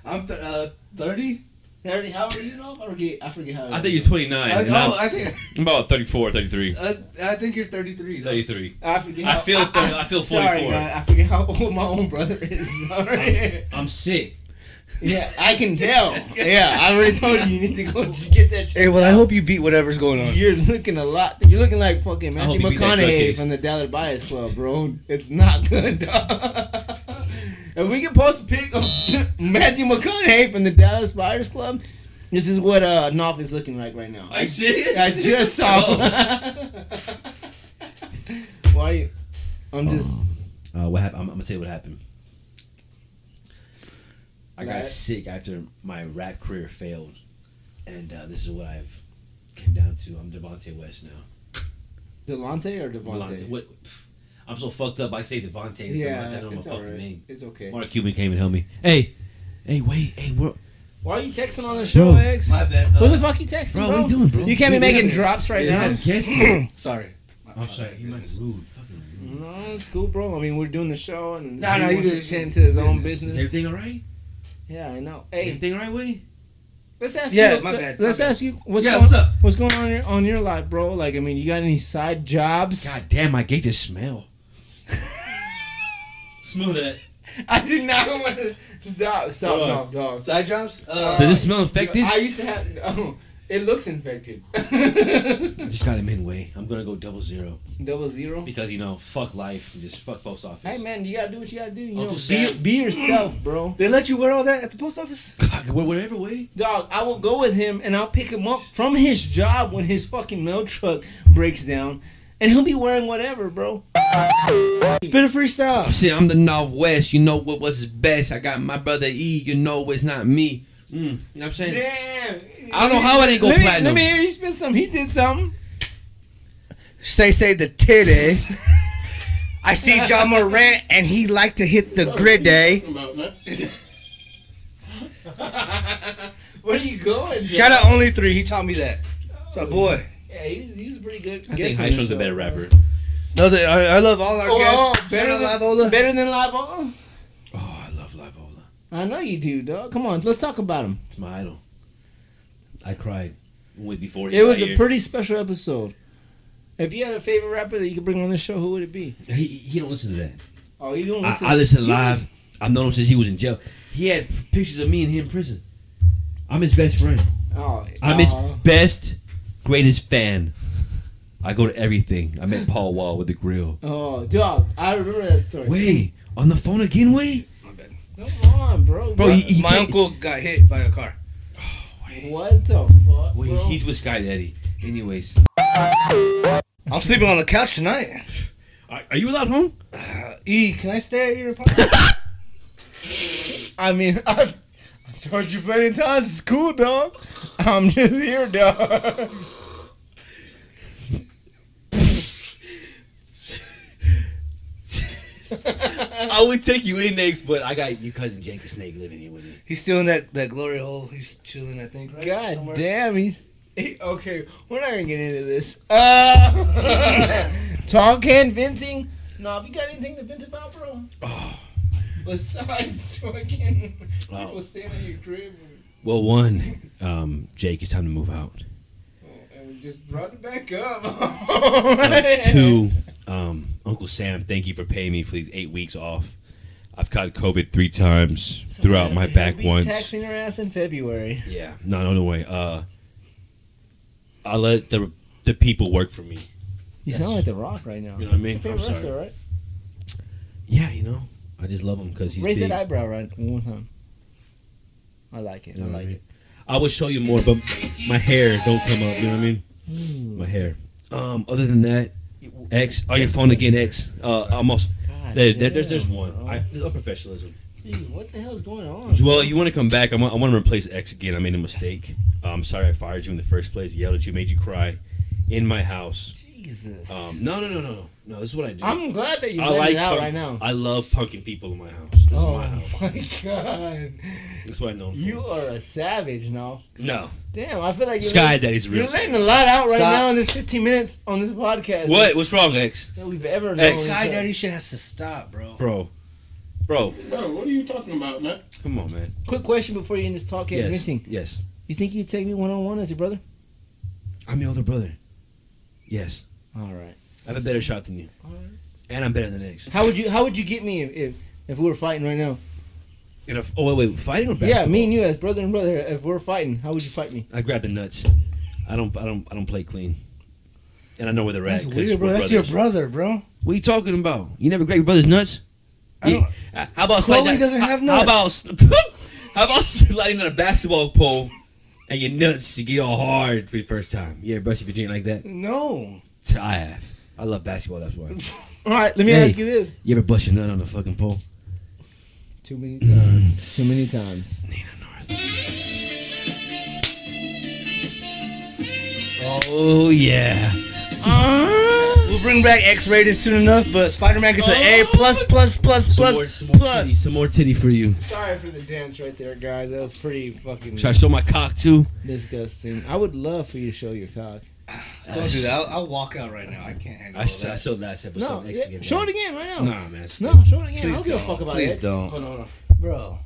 [SPEAKER 4] I'm th- uh, thirty.
[SPEAKER 3] Thirty? How old are you though? I forget. I forget how. Old
[SPEAKER 5] I
[SPEAKER 3] you
[SPEAKER 5] think you're 29.
[SPEAKER 4] I,
[SPEAKER 5] and
[SPEAKER 4] oh,
[SPEAKER 5] I'm,
[SPEAKER 4] I think
[SPEAKER 5] I'm about 34, 33,
[SPEAKER 4] uh, I think you're thirty three.
[SPEAKER 5] 33.
[SPEAKER 3] are. I forget.
[SPEAKER 5] I
[SPEAKER 3] how-
[SPEAKER 5] feel thir- I feel
[SPEAKER 3] Sorry,
[SPEAKER 5] 44.
[SPEAKER 3] man, I forget how old my own brother is. Sorry.
[SPEAKER 5] I'm sick.
[SPEAKER 3] yeah, I can tell. Yeah, I already told you. You need to go get that.
[SPEAKER 4] Hey, well, I hope you beat whatever's going on.
[SPEAKER 3] You're looking a lot. You're looking like fucking
[SPEAKER 5] I hope
[SPEAKER 3] Matthew
[SPEAKER 5] you beat that drug
[SPEAKER 3] McConaughey
[SPEAKER 5] case.
[SPEAKER 3] from the Dallas Buyers Club, bro. It's not good. dog. if we can post a pic of Matthew McConaughey from the Dallas Buyers Club, this is what uh Knopf is looking like right now.
[SPEAKER 5] Are you serious?
[SPEAKER 3] I just saw. Why? You, I'm just.
[SPEAKER 5] Uh, what happened? I'm, I'm gonna tell you what happened. I got
[SPEAKER 3] Right.
[SPEAKER 5] sick after my rap career failed, and uh, this is what I've came down to. I'm Devonte West now.
[SPEAKER 3] Delonte or Devonte?
[SPEAKER 5] Devontae. What? pff, I'm so fucked up. I say Devonte.
[SPEAKER 3] Yeah,
[SPEAKER 5] Devontae. I don't know my
[SPEAKER 3] it's
[SPEAKER 5] fucking
[SPEAKER 3] alright.
[SPEAKER 5] name.
[SPEAKER 3] It's okay.
[SPEAKER 5] Mark Cuban came and helped me. Hey, hey, wait, hey, bro,
[SPEAKER 3] Why are you texting on the
[SPEAKER 5] show, Bro.
[SPEAKER 3] X?
[SPEAKER 4] My bad.
[SPEAKER 3] Who
[SPEAKER 4] Uh,
[SPEAKER 3] the fuck you texting,
[SPEAKER 5] bro,
[SPEAKER 3] bro?
[SPEAKER 5] what are you doing, bro?
[SPEAKER 3] You can't be
[SPEAKER 5] What are you
[SPEAKER 3] making
[SPEAKER 5] doing?
[SPEAKER 3] drops right now.
[SPEAKER 5] I'm guessing.
[SPEAKER 4] sorry.
[SPEAKER 5] I'm sorry. You might rude. Fucking rude.
[SPEAKER 3] No, it's cool, bro. I mean, we're doing the show, and
[SPEAKER 4] Nah,
[SPEAKER 3] he
[SPEAKER 4] nah, you
[SPEAKER 3] wants to
[SPEAKER 4] good.
[SPEAKER 3] attend to his own business.
[SPEAKER 5] Is everything all right?
[SPEAKER 3] Yeah, I know. Hey,
[SPEAKER 5] Everything all right, Wade?
[SPEAKER 3] let's ask
[SPEAKER 4] Yeah,
[SPEAKER 3] you.
[SPEAKER 4] my bad, my
[SPEAKER 3] Let's
[SPEAKER 4] bad.
[SPEAKER 3] ask you what's
[SPEAKER 4] Yeah,
[SPEAKER 3] going
[SPEAKER 4] what's up?
[SPEAKER 3] what's going on in your, on your life, bro? Like, I mean, you got any side jobs?
[SPEAKER 5] God damn, my gate just smell. smell that.
[SPEAKER 3] I did not want to stop. Stop,
[SPEAKER 5] Hold
[SPEAKER 3] no, dog.
[SPEAKER 4] Side jobs. Uh,
[SPEAKER 5] Does it smell infected?
[SPEAKER 3] I used to have. Oh, it looks infected.
[SPEAKER 5] I just got him in way. I'm gonna go double zero
[SPEAKER 3] Double zero.
[SPEAKER 5] because you know, fuck life and just fuck post office.
[SPEAKER 3] Hey man, you gotta do what you gotta do. You know,
[SPEAKER 4] Oh,
[SPEAKER 5] Uncle
[SPEAKER 3] be,
[SPEAKER 5] Sam.
[SPEAKER 3] be yourself, bro.
[SPEAKER 4] they let you wear all that at the post office?
[SPEAKER 5] God, wh- whatever way.
[SPEAKER 3] Dog, I will go with him and I'll pick him up from his job when his fucking mail truck breaks down, and he'll be wearing whatever, bro.
[SPEAKER 4] Spit a freestyle.
[SPEAKER 5] Shit, I'm the Northwest. You know what was best. I got my brother E. You know it's not me. Mm, you know what I'm saying?
[SPEAKER 3] Damn.
[SPEAKER 5] I don't know how it ain't go
[SPEAKER 3] let me,
[SPEAKER 5] platinum.
[SPEAKER 3] Let me hear you spit some. He did something.
[SPEAKER 4] Say say the titty. I see John Morant and he like to hit the eh? gritty.
[SPEAKER 3] Where you going?
[SPEAKER 4] Shout out only three. He taught me that. It's our boy.
[SPEAKER 3] Yeah, he was, he was a pretty
[SPEAKER 5] I
[SPEAKER 3] good.
[SPEAKER 5] think
[SPEAKER 3] guest on
[SPEAKER 5] High
[SPEAKER 3] the
[SPEAKER 5] Show's a
[SPEAKER 3] show,
[SPEAKER 5] better
[SPEAKER 3] bro.
[SPEAKER 5] rapper.
[SPEAKER 4] No, they, I, I love all our
[SPEAKER 3] Oh,
[SPEAKER 4] guests.
[SPEAKER 3] better
[SPEAKER 4] Shout out
[SPEAKER 3] than
[SPEAKER 4] Livola.
[SPEAKER 3] better than Livola.
[SPEAKER 5] Oh, I love Livola.
[SPEAKER 3] I know you do, dog. Come on, let's talk about him.
[SPEAKER 5] It's my idol. I cried way before he
[SPEAKER 3] It was
[SPEAKER 5] got
[SPEAKER 3] a
[SPEAKER 5] here.
[SPEAKER 3] pretty special episode. If you had a favorite rapper that you could bring on this show, who would it be?
[SPEAKER 5] he, he don't listen to that.
[SPEAKER 3] Oh, you don't
[SPEAKER 5] I,
[SPEAKER 3] listen.
[SPEAKER 5] I listen
[SPEAKER 3] you
[SPEAKER 5] live.
[SPEAKER 3] listen-
[SPEAKER 5] I've known him since he was in jail. He had pictures of me and him in prison. I'm his best friend.
[SPEAKER 3] Oh,
[SPEAKER 5] I'm his
[SPEAKER 3] oh.
[SPEAKER 5] best, greatest fan. I go to everything. I met Paul Wall with the grill.
[SPEAKER 3] Oh, dog, I remember that story.
[SPEAKER 5] Way on the phone again, way.
[SPEAKER 4] My bad.
[SPEAKER 3] Come on, bro.
[SPEAKER 5] Bro,
[SPEAKER 3] what,
[SPEAKER 5] he- he
[SPEAKER 4] my
[SPEAKER 5] can't-
[SPEAKER 4] uncle got hit by a car.
[SPEAKER 3] what the fuck?
[SPEAKER 5] Wait,
[SPEAKER 3] bro?
[SPEAKER 5] he's with Sky Daddy. Anyways,
[SPEAKER 4] I'm sleeping on the couch tonight.
[SPEAKER 5] are, are you allowed home?
[SPEAKER 4] E, can I stay at your apartment?
[SPEAKER 3] I mean, I've, I've told you plenty of times. It's cool, dog. I'm just here, dog.
[SPEAKER 5] I would take you in next, but I got your cousin Jake the Snake living here with me.
[SPEAKER 4] He's still in that, that glory hole. He's chilling, I think, right?
[SPEAKER 3] God
[SPEAKER 4] Somewhere.
[SPEAKER 3] damn, he's he- okay. We're not gonna get into this. Uh, talk and venting. Nah, you got anything to vent about, bro?
[SPEAKER 5] Oh.
[SPEAKER 3] Besides fucking
[SPEAKER 5] Oh.
[SPEAKER 3] people staying in your crib
[SPEAKER 5] Well, one, um, Jake, it's time to move out.
[SPEAKER 4] oh,
[SPEAKER 3] and, and we just brought it back up.
[SPEAKER 5] Uh, two, um, Uncle Sam, thank you for paying me for these eight weeks off. I've caught COVID three times throughout my back
[SPEAKER 3] He'll be
[SPEAKER 5] once.
[SPEAKER 3] Taxing her ass in February.
[SPEAKER 5] Yeah, no, no, no way. Uh, I let the the people work for me.
[SPEAKER 3] You sound like The Rock right now.
[SPEAKER 5] You know what I mean?
[SPEAKER 3] It's your
[SPEAKER 5] I'm
[SPEAKER 3] favorite
[SPEAKER 5] sorry.
[SPEAKER 3] wrestler, right?
[SPEAKER 5] Yeah, you know, I just love him because he's
[SPEAKER 3] Raise
[SPEAKER 5] big.
[SPEAKER 3] that eyebrow right one more time. I like it.
[SPEAKER 5] you know
[SPEAKER 3] I
[SPEAKER 5] what
[SPEAKER 3] like
[SPEAKER 5] mean?
[SPEAKER 3] it.
[SPEAKER 5] I would show you more, but my hair don't come up. You know what I mean?
[SPEAKER 3] Hmm.
[SPEAKER 5] My hair. Um, other than that, X. Oh, your phone again, X. Uh, almost.
[SPEAKER 3] God
[SPEAKER 5] There, there, there's,
[SPEAKER 3] damn, Oh.
[SPEAKER 5] there's one.
[SPEAKER 3] bro.
[SPEAKER 5] I, there's unprofessionalism.
[SPEAKER 3] Dude, what the hell is going on?
[SPEAKER 5] Joel, you want to come back? I want, I want to replace X again. I made a mistake. I'm sorry I fired you in the first place. Yelled at you, made you cry, in my house.
[SPEAKER 3] Jesus.
[SPEAKER 5] Um, no, no, no, no, no. No, this is what I do.
[SPEAKER 3] I'm glad that you
[SPEAKER 5] Um, I
[SPEAKER 3] let
[SPEAKER 5] like
[SPEAKER 3] it out
[SPEAKER 5] punk-
[SPEAKER 3] right now.
[SPEAKER 5] I love punking people in my house. This is
[SPEAKER 3] oh
[SPEAKER 5] my house.
[SPEAKER 3] my god.
[SPEAKER 5] That's what I know.
[SPEAKER 3] You are a savage now.
[SPEAKER 5] no,
[SPEAKER 3] Damn, I feel like you're,
[SPEAKER 5] Sky Daddy's
[SPEAKER 3] you're
[SPEAKER 5] real.
[SPEAKER 3] letting a lot out right
[SPEAKER 4] Stop.
[SPEAKER 3] now in this 15 minutes on this podcast.
[SPEAKER 5] What? What's wrong, X?
[SPEAKER 3] That we've ever known.
[SPEAKER 5] Hey,
[SPEAKER 3] each
[SPEAKER 4] Sky
[SPEAKER 3] other.
[SPEAKER 4] Daddy shit has to stop, bro.
[SPEAKER 5] Bro, bro,
[SPEAKER 11] Bro, what are you talking about, man?
[SPEAKER 5] come on, man.
[SPEAKER 3] Quick question before you end this talk and
[SPEAKER 5] Yes,
[SPEAKER 3] venting.
[SPEAKER 5] yes.
[SPEAKER 3] You think you'd take me one on one as your brother?
[SPEAKER 5] I'm your older brother. Yes,
[SPEAKER 3] All right.
[SPEAKER 5] I have a better shot than you, and I'm better than X.
[SPEAKER 3] How would you How would you get me if if, if we were fighting right now?
[SPEAKER 5] And if, oh wait, wait, fighting or basketball?
[SPEAKER 3] Yeah, me and you as brother and brother. If we're fighting, how would you fight me?
[SPEAKER 5] I grab the nuts. I don't. I don't. I don't play clean. And I know where they're
[SPEAKER 4] That's
[SPEAKER 5] at. 'cause
[SPEAKER 4] weird, bro.
[SPEAKER 5] we're
[SPEAKER 4] That's your
[SPEAKER 5] brothers.
[SPEAKER 4] brother, bro.
[SPEAKER 5] What you talking about? You never grab your brother's nuts.
[SPEAKER 4] I don't-
[SPEAKER 5] Yeah. How about
[SPEAKER 4] Chloe
[SPEAKER 5] sliding?
[SPEAKER 4] doesn't
[SPEAKER 5] how-
[SPEAKER 4] have
[SPEAKER 5] How about how about sliding on a basketball pole and your nuts to get all hard for the first time? You ever brush your virginity like that?
[SPEAKER 4] No.
[SPEAKER 5] I have. I love basketball. That's why.
[SPEAKER 3] All right, let me
[SPEAKER 5] Hey.
[SPEAKER 3] ask you this.
[SPEAKER 5] You ever bust your nut on a fucking pole?
[SPEAKER 3] Too many times. Too many times.
[SPEAKER 5] Oh yeah. Uh-huh.
[SPEAKER 4] We'll bring back X-rated soon enough, but Spider-Man gets an A plus plus plus
[SPEAKER 5] Some
[SPEAKER 4] plus
[SPEAKER 5] more, some more
[SPEAKER 4] plus.
[SPEAKER 5] titty. Some more titty for you.
[SPEAKER 3] Sorry for the dance right there, guys. That was pretty fucking
[SPEAKER 5] Should I show my cock too?
[SPEAKER 3] disgusting. I would love for you to show your cock.
[SPEAKER 4] I told you that. I'll, I'll walk out right now. I can't handle
[SPEAKER 5] I,
[SPEAKER 4] all
[SPEAKER 5] s- I
[SPEAKER 4] that.
[SPEAKER 5] showed last
[SPEAKER 3] No,
[SPEAKER 5] episode. X
[SPEAKER 3] yeah,
[SPEAKER 5] again,
[SPEAKER 3] show it
[SPEAKER 5] right?
[SPEAKER 3] again right now.
[SPEAKER 5] Nah, man. It's,
[SPEAKER 3] No, show it again. I
[SPEAKER 4] Please
[SPEAKER 3] don't give a fuck
[SPEAKER 4] don't.
[SPEAKER 3] about
[SPEAKER 4] Please
[SPEAKER 3] it.
[SPEAKER 4] don't.
[SPEAKER 5] Hold on, hold on.
[SPEAKER 4] Bro.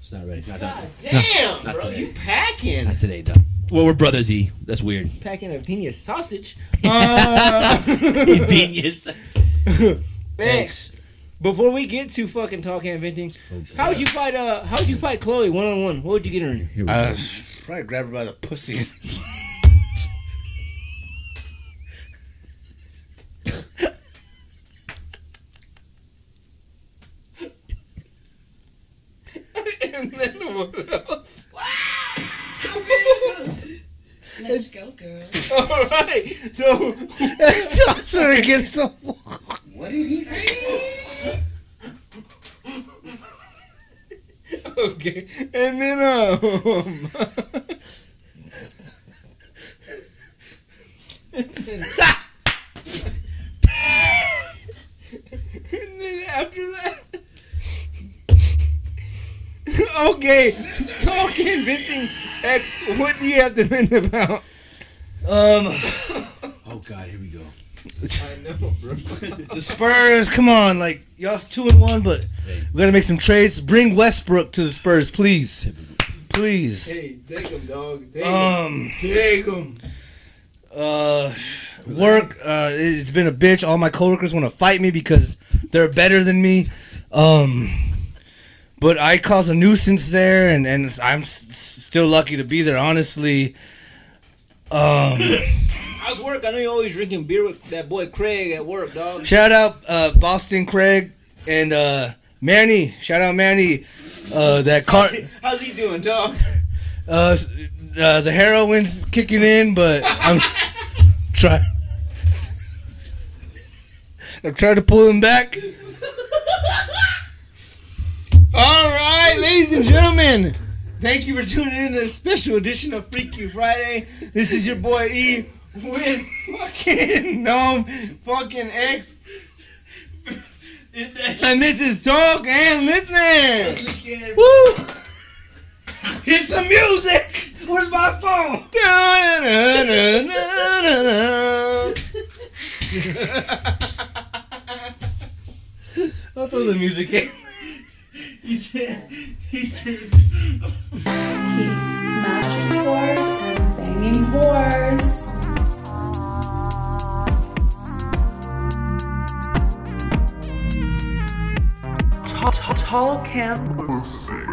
[SPEAKER 5] It's not ready. Not done.
[SPEAKER 3] God damn,
[SPEAKER 5] not
[SPEAKER 3] bro,
[SPEAKER 5] today.
[SPEAKER 3] you packing?
[SPEAKER 5] Not today, dog. Well, we're brothers, E. That's weird.
[SPEAKER 3] Packing a pina sausage. Uh,
[SPEAKER 5] Genius.
[SPEAKER 3] thanks. Before we get to fucking talking and venting,
[SPEAKER 5] Oh,
[SPEAKER 3] how would you fight? Uh, how would you fight Chloe one on one? What would you get her in?
[SPEAKER 5] Here we
[SPEAKER 4] Uh, probably grab her by the pussy.
[SPEAKER 3] and then what else?
[SPEAKER 7] Let's go, girl.
[SPEAKER 3] All right. So
[SPEAKER 4] Toss her against the wall.
[SPEAKER 11] What did he say?
[SPEAKER 3] okay, and then um, and then after that, okay, talk convincing X. What do you have to vent about?
[SPEAKER 4] Um,
[SPEAKER 5] Oh God, here we go.
[SPEAKER 4] the Spurs. Come on, like y'all's two and one, but we gotta make some trades. Bring Westbrook to the Spurs, please, please.
[SPEAKER 3] Hey, take him, dog. Take
[SPEAKER 4] Um,
[SPEAKER 3] Take him.
[SPEAKER 4] Uh, work. Uh, it's been a bitch. All my coworkers want to fight me because they're better than me. Um, but I cause a nuisance there, and and I'm s- s- still lucky to be there. Honestly, um,
[SPEAKER 2] How's work? I know you're always drinking beer with that boy Craig at work, dog.
[SPEAKER 4] shout out uh, Boston Craig and uh, Manny. Shout out Manny. Uh, that car.
[SPEAKER 2] How's he, how's he doing, dog?
[SPEAKER 4] Uh, s- uh, the heroin's kicking in, but I'm trying. I'm trying to pull him back.
[SPEAKER 3] All right, ladies and gentlemen, thank you for tuning in to this special edition of Freaky Friday. This is your boy E with fucking Gnome, fucking X. And this is Talk and Listen. Woo! Hit some music! Where's my phone?
[SPEAKER 11] I'll throw the music in. he said, he said.
[SPEAKER 7] Smashing whores and banging whores.
[SPEAKER 12] Tall, tall, tall camp.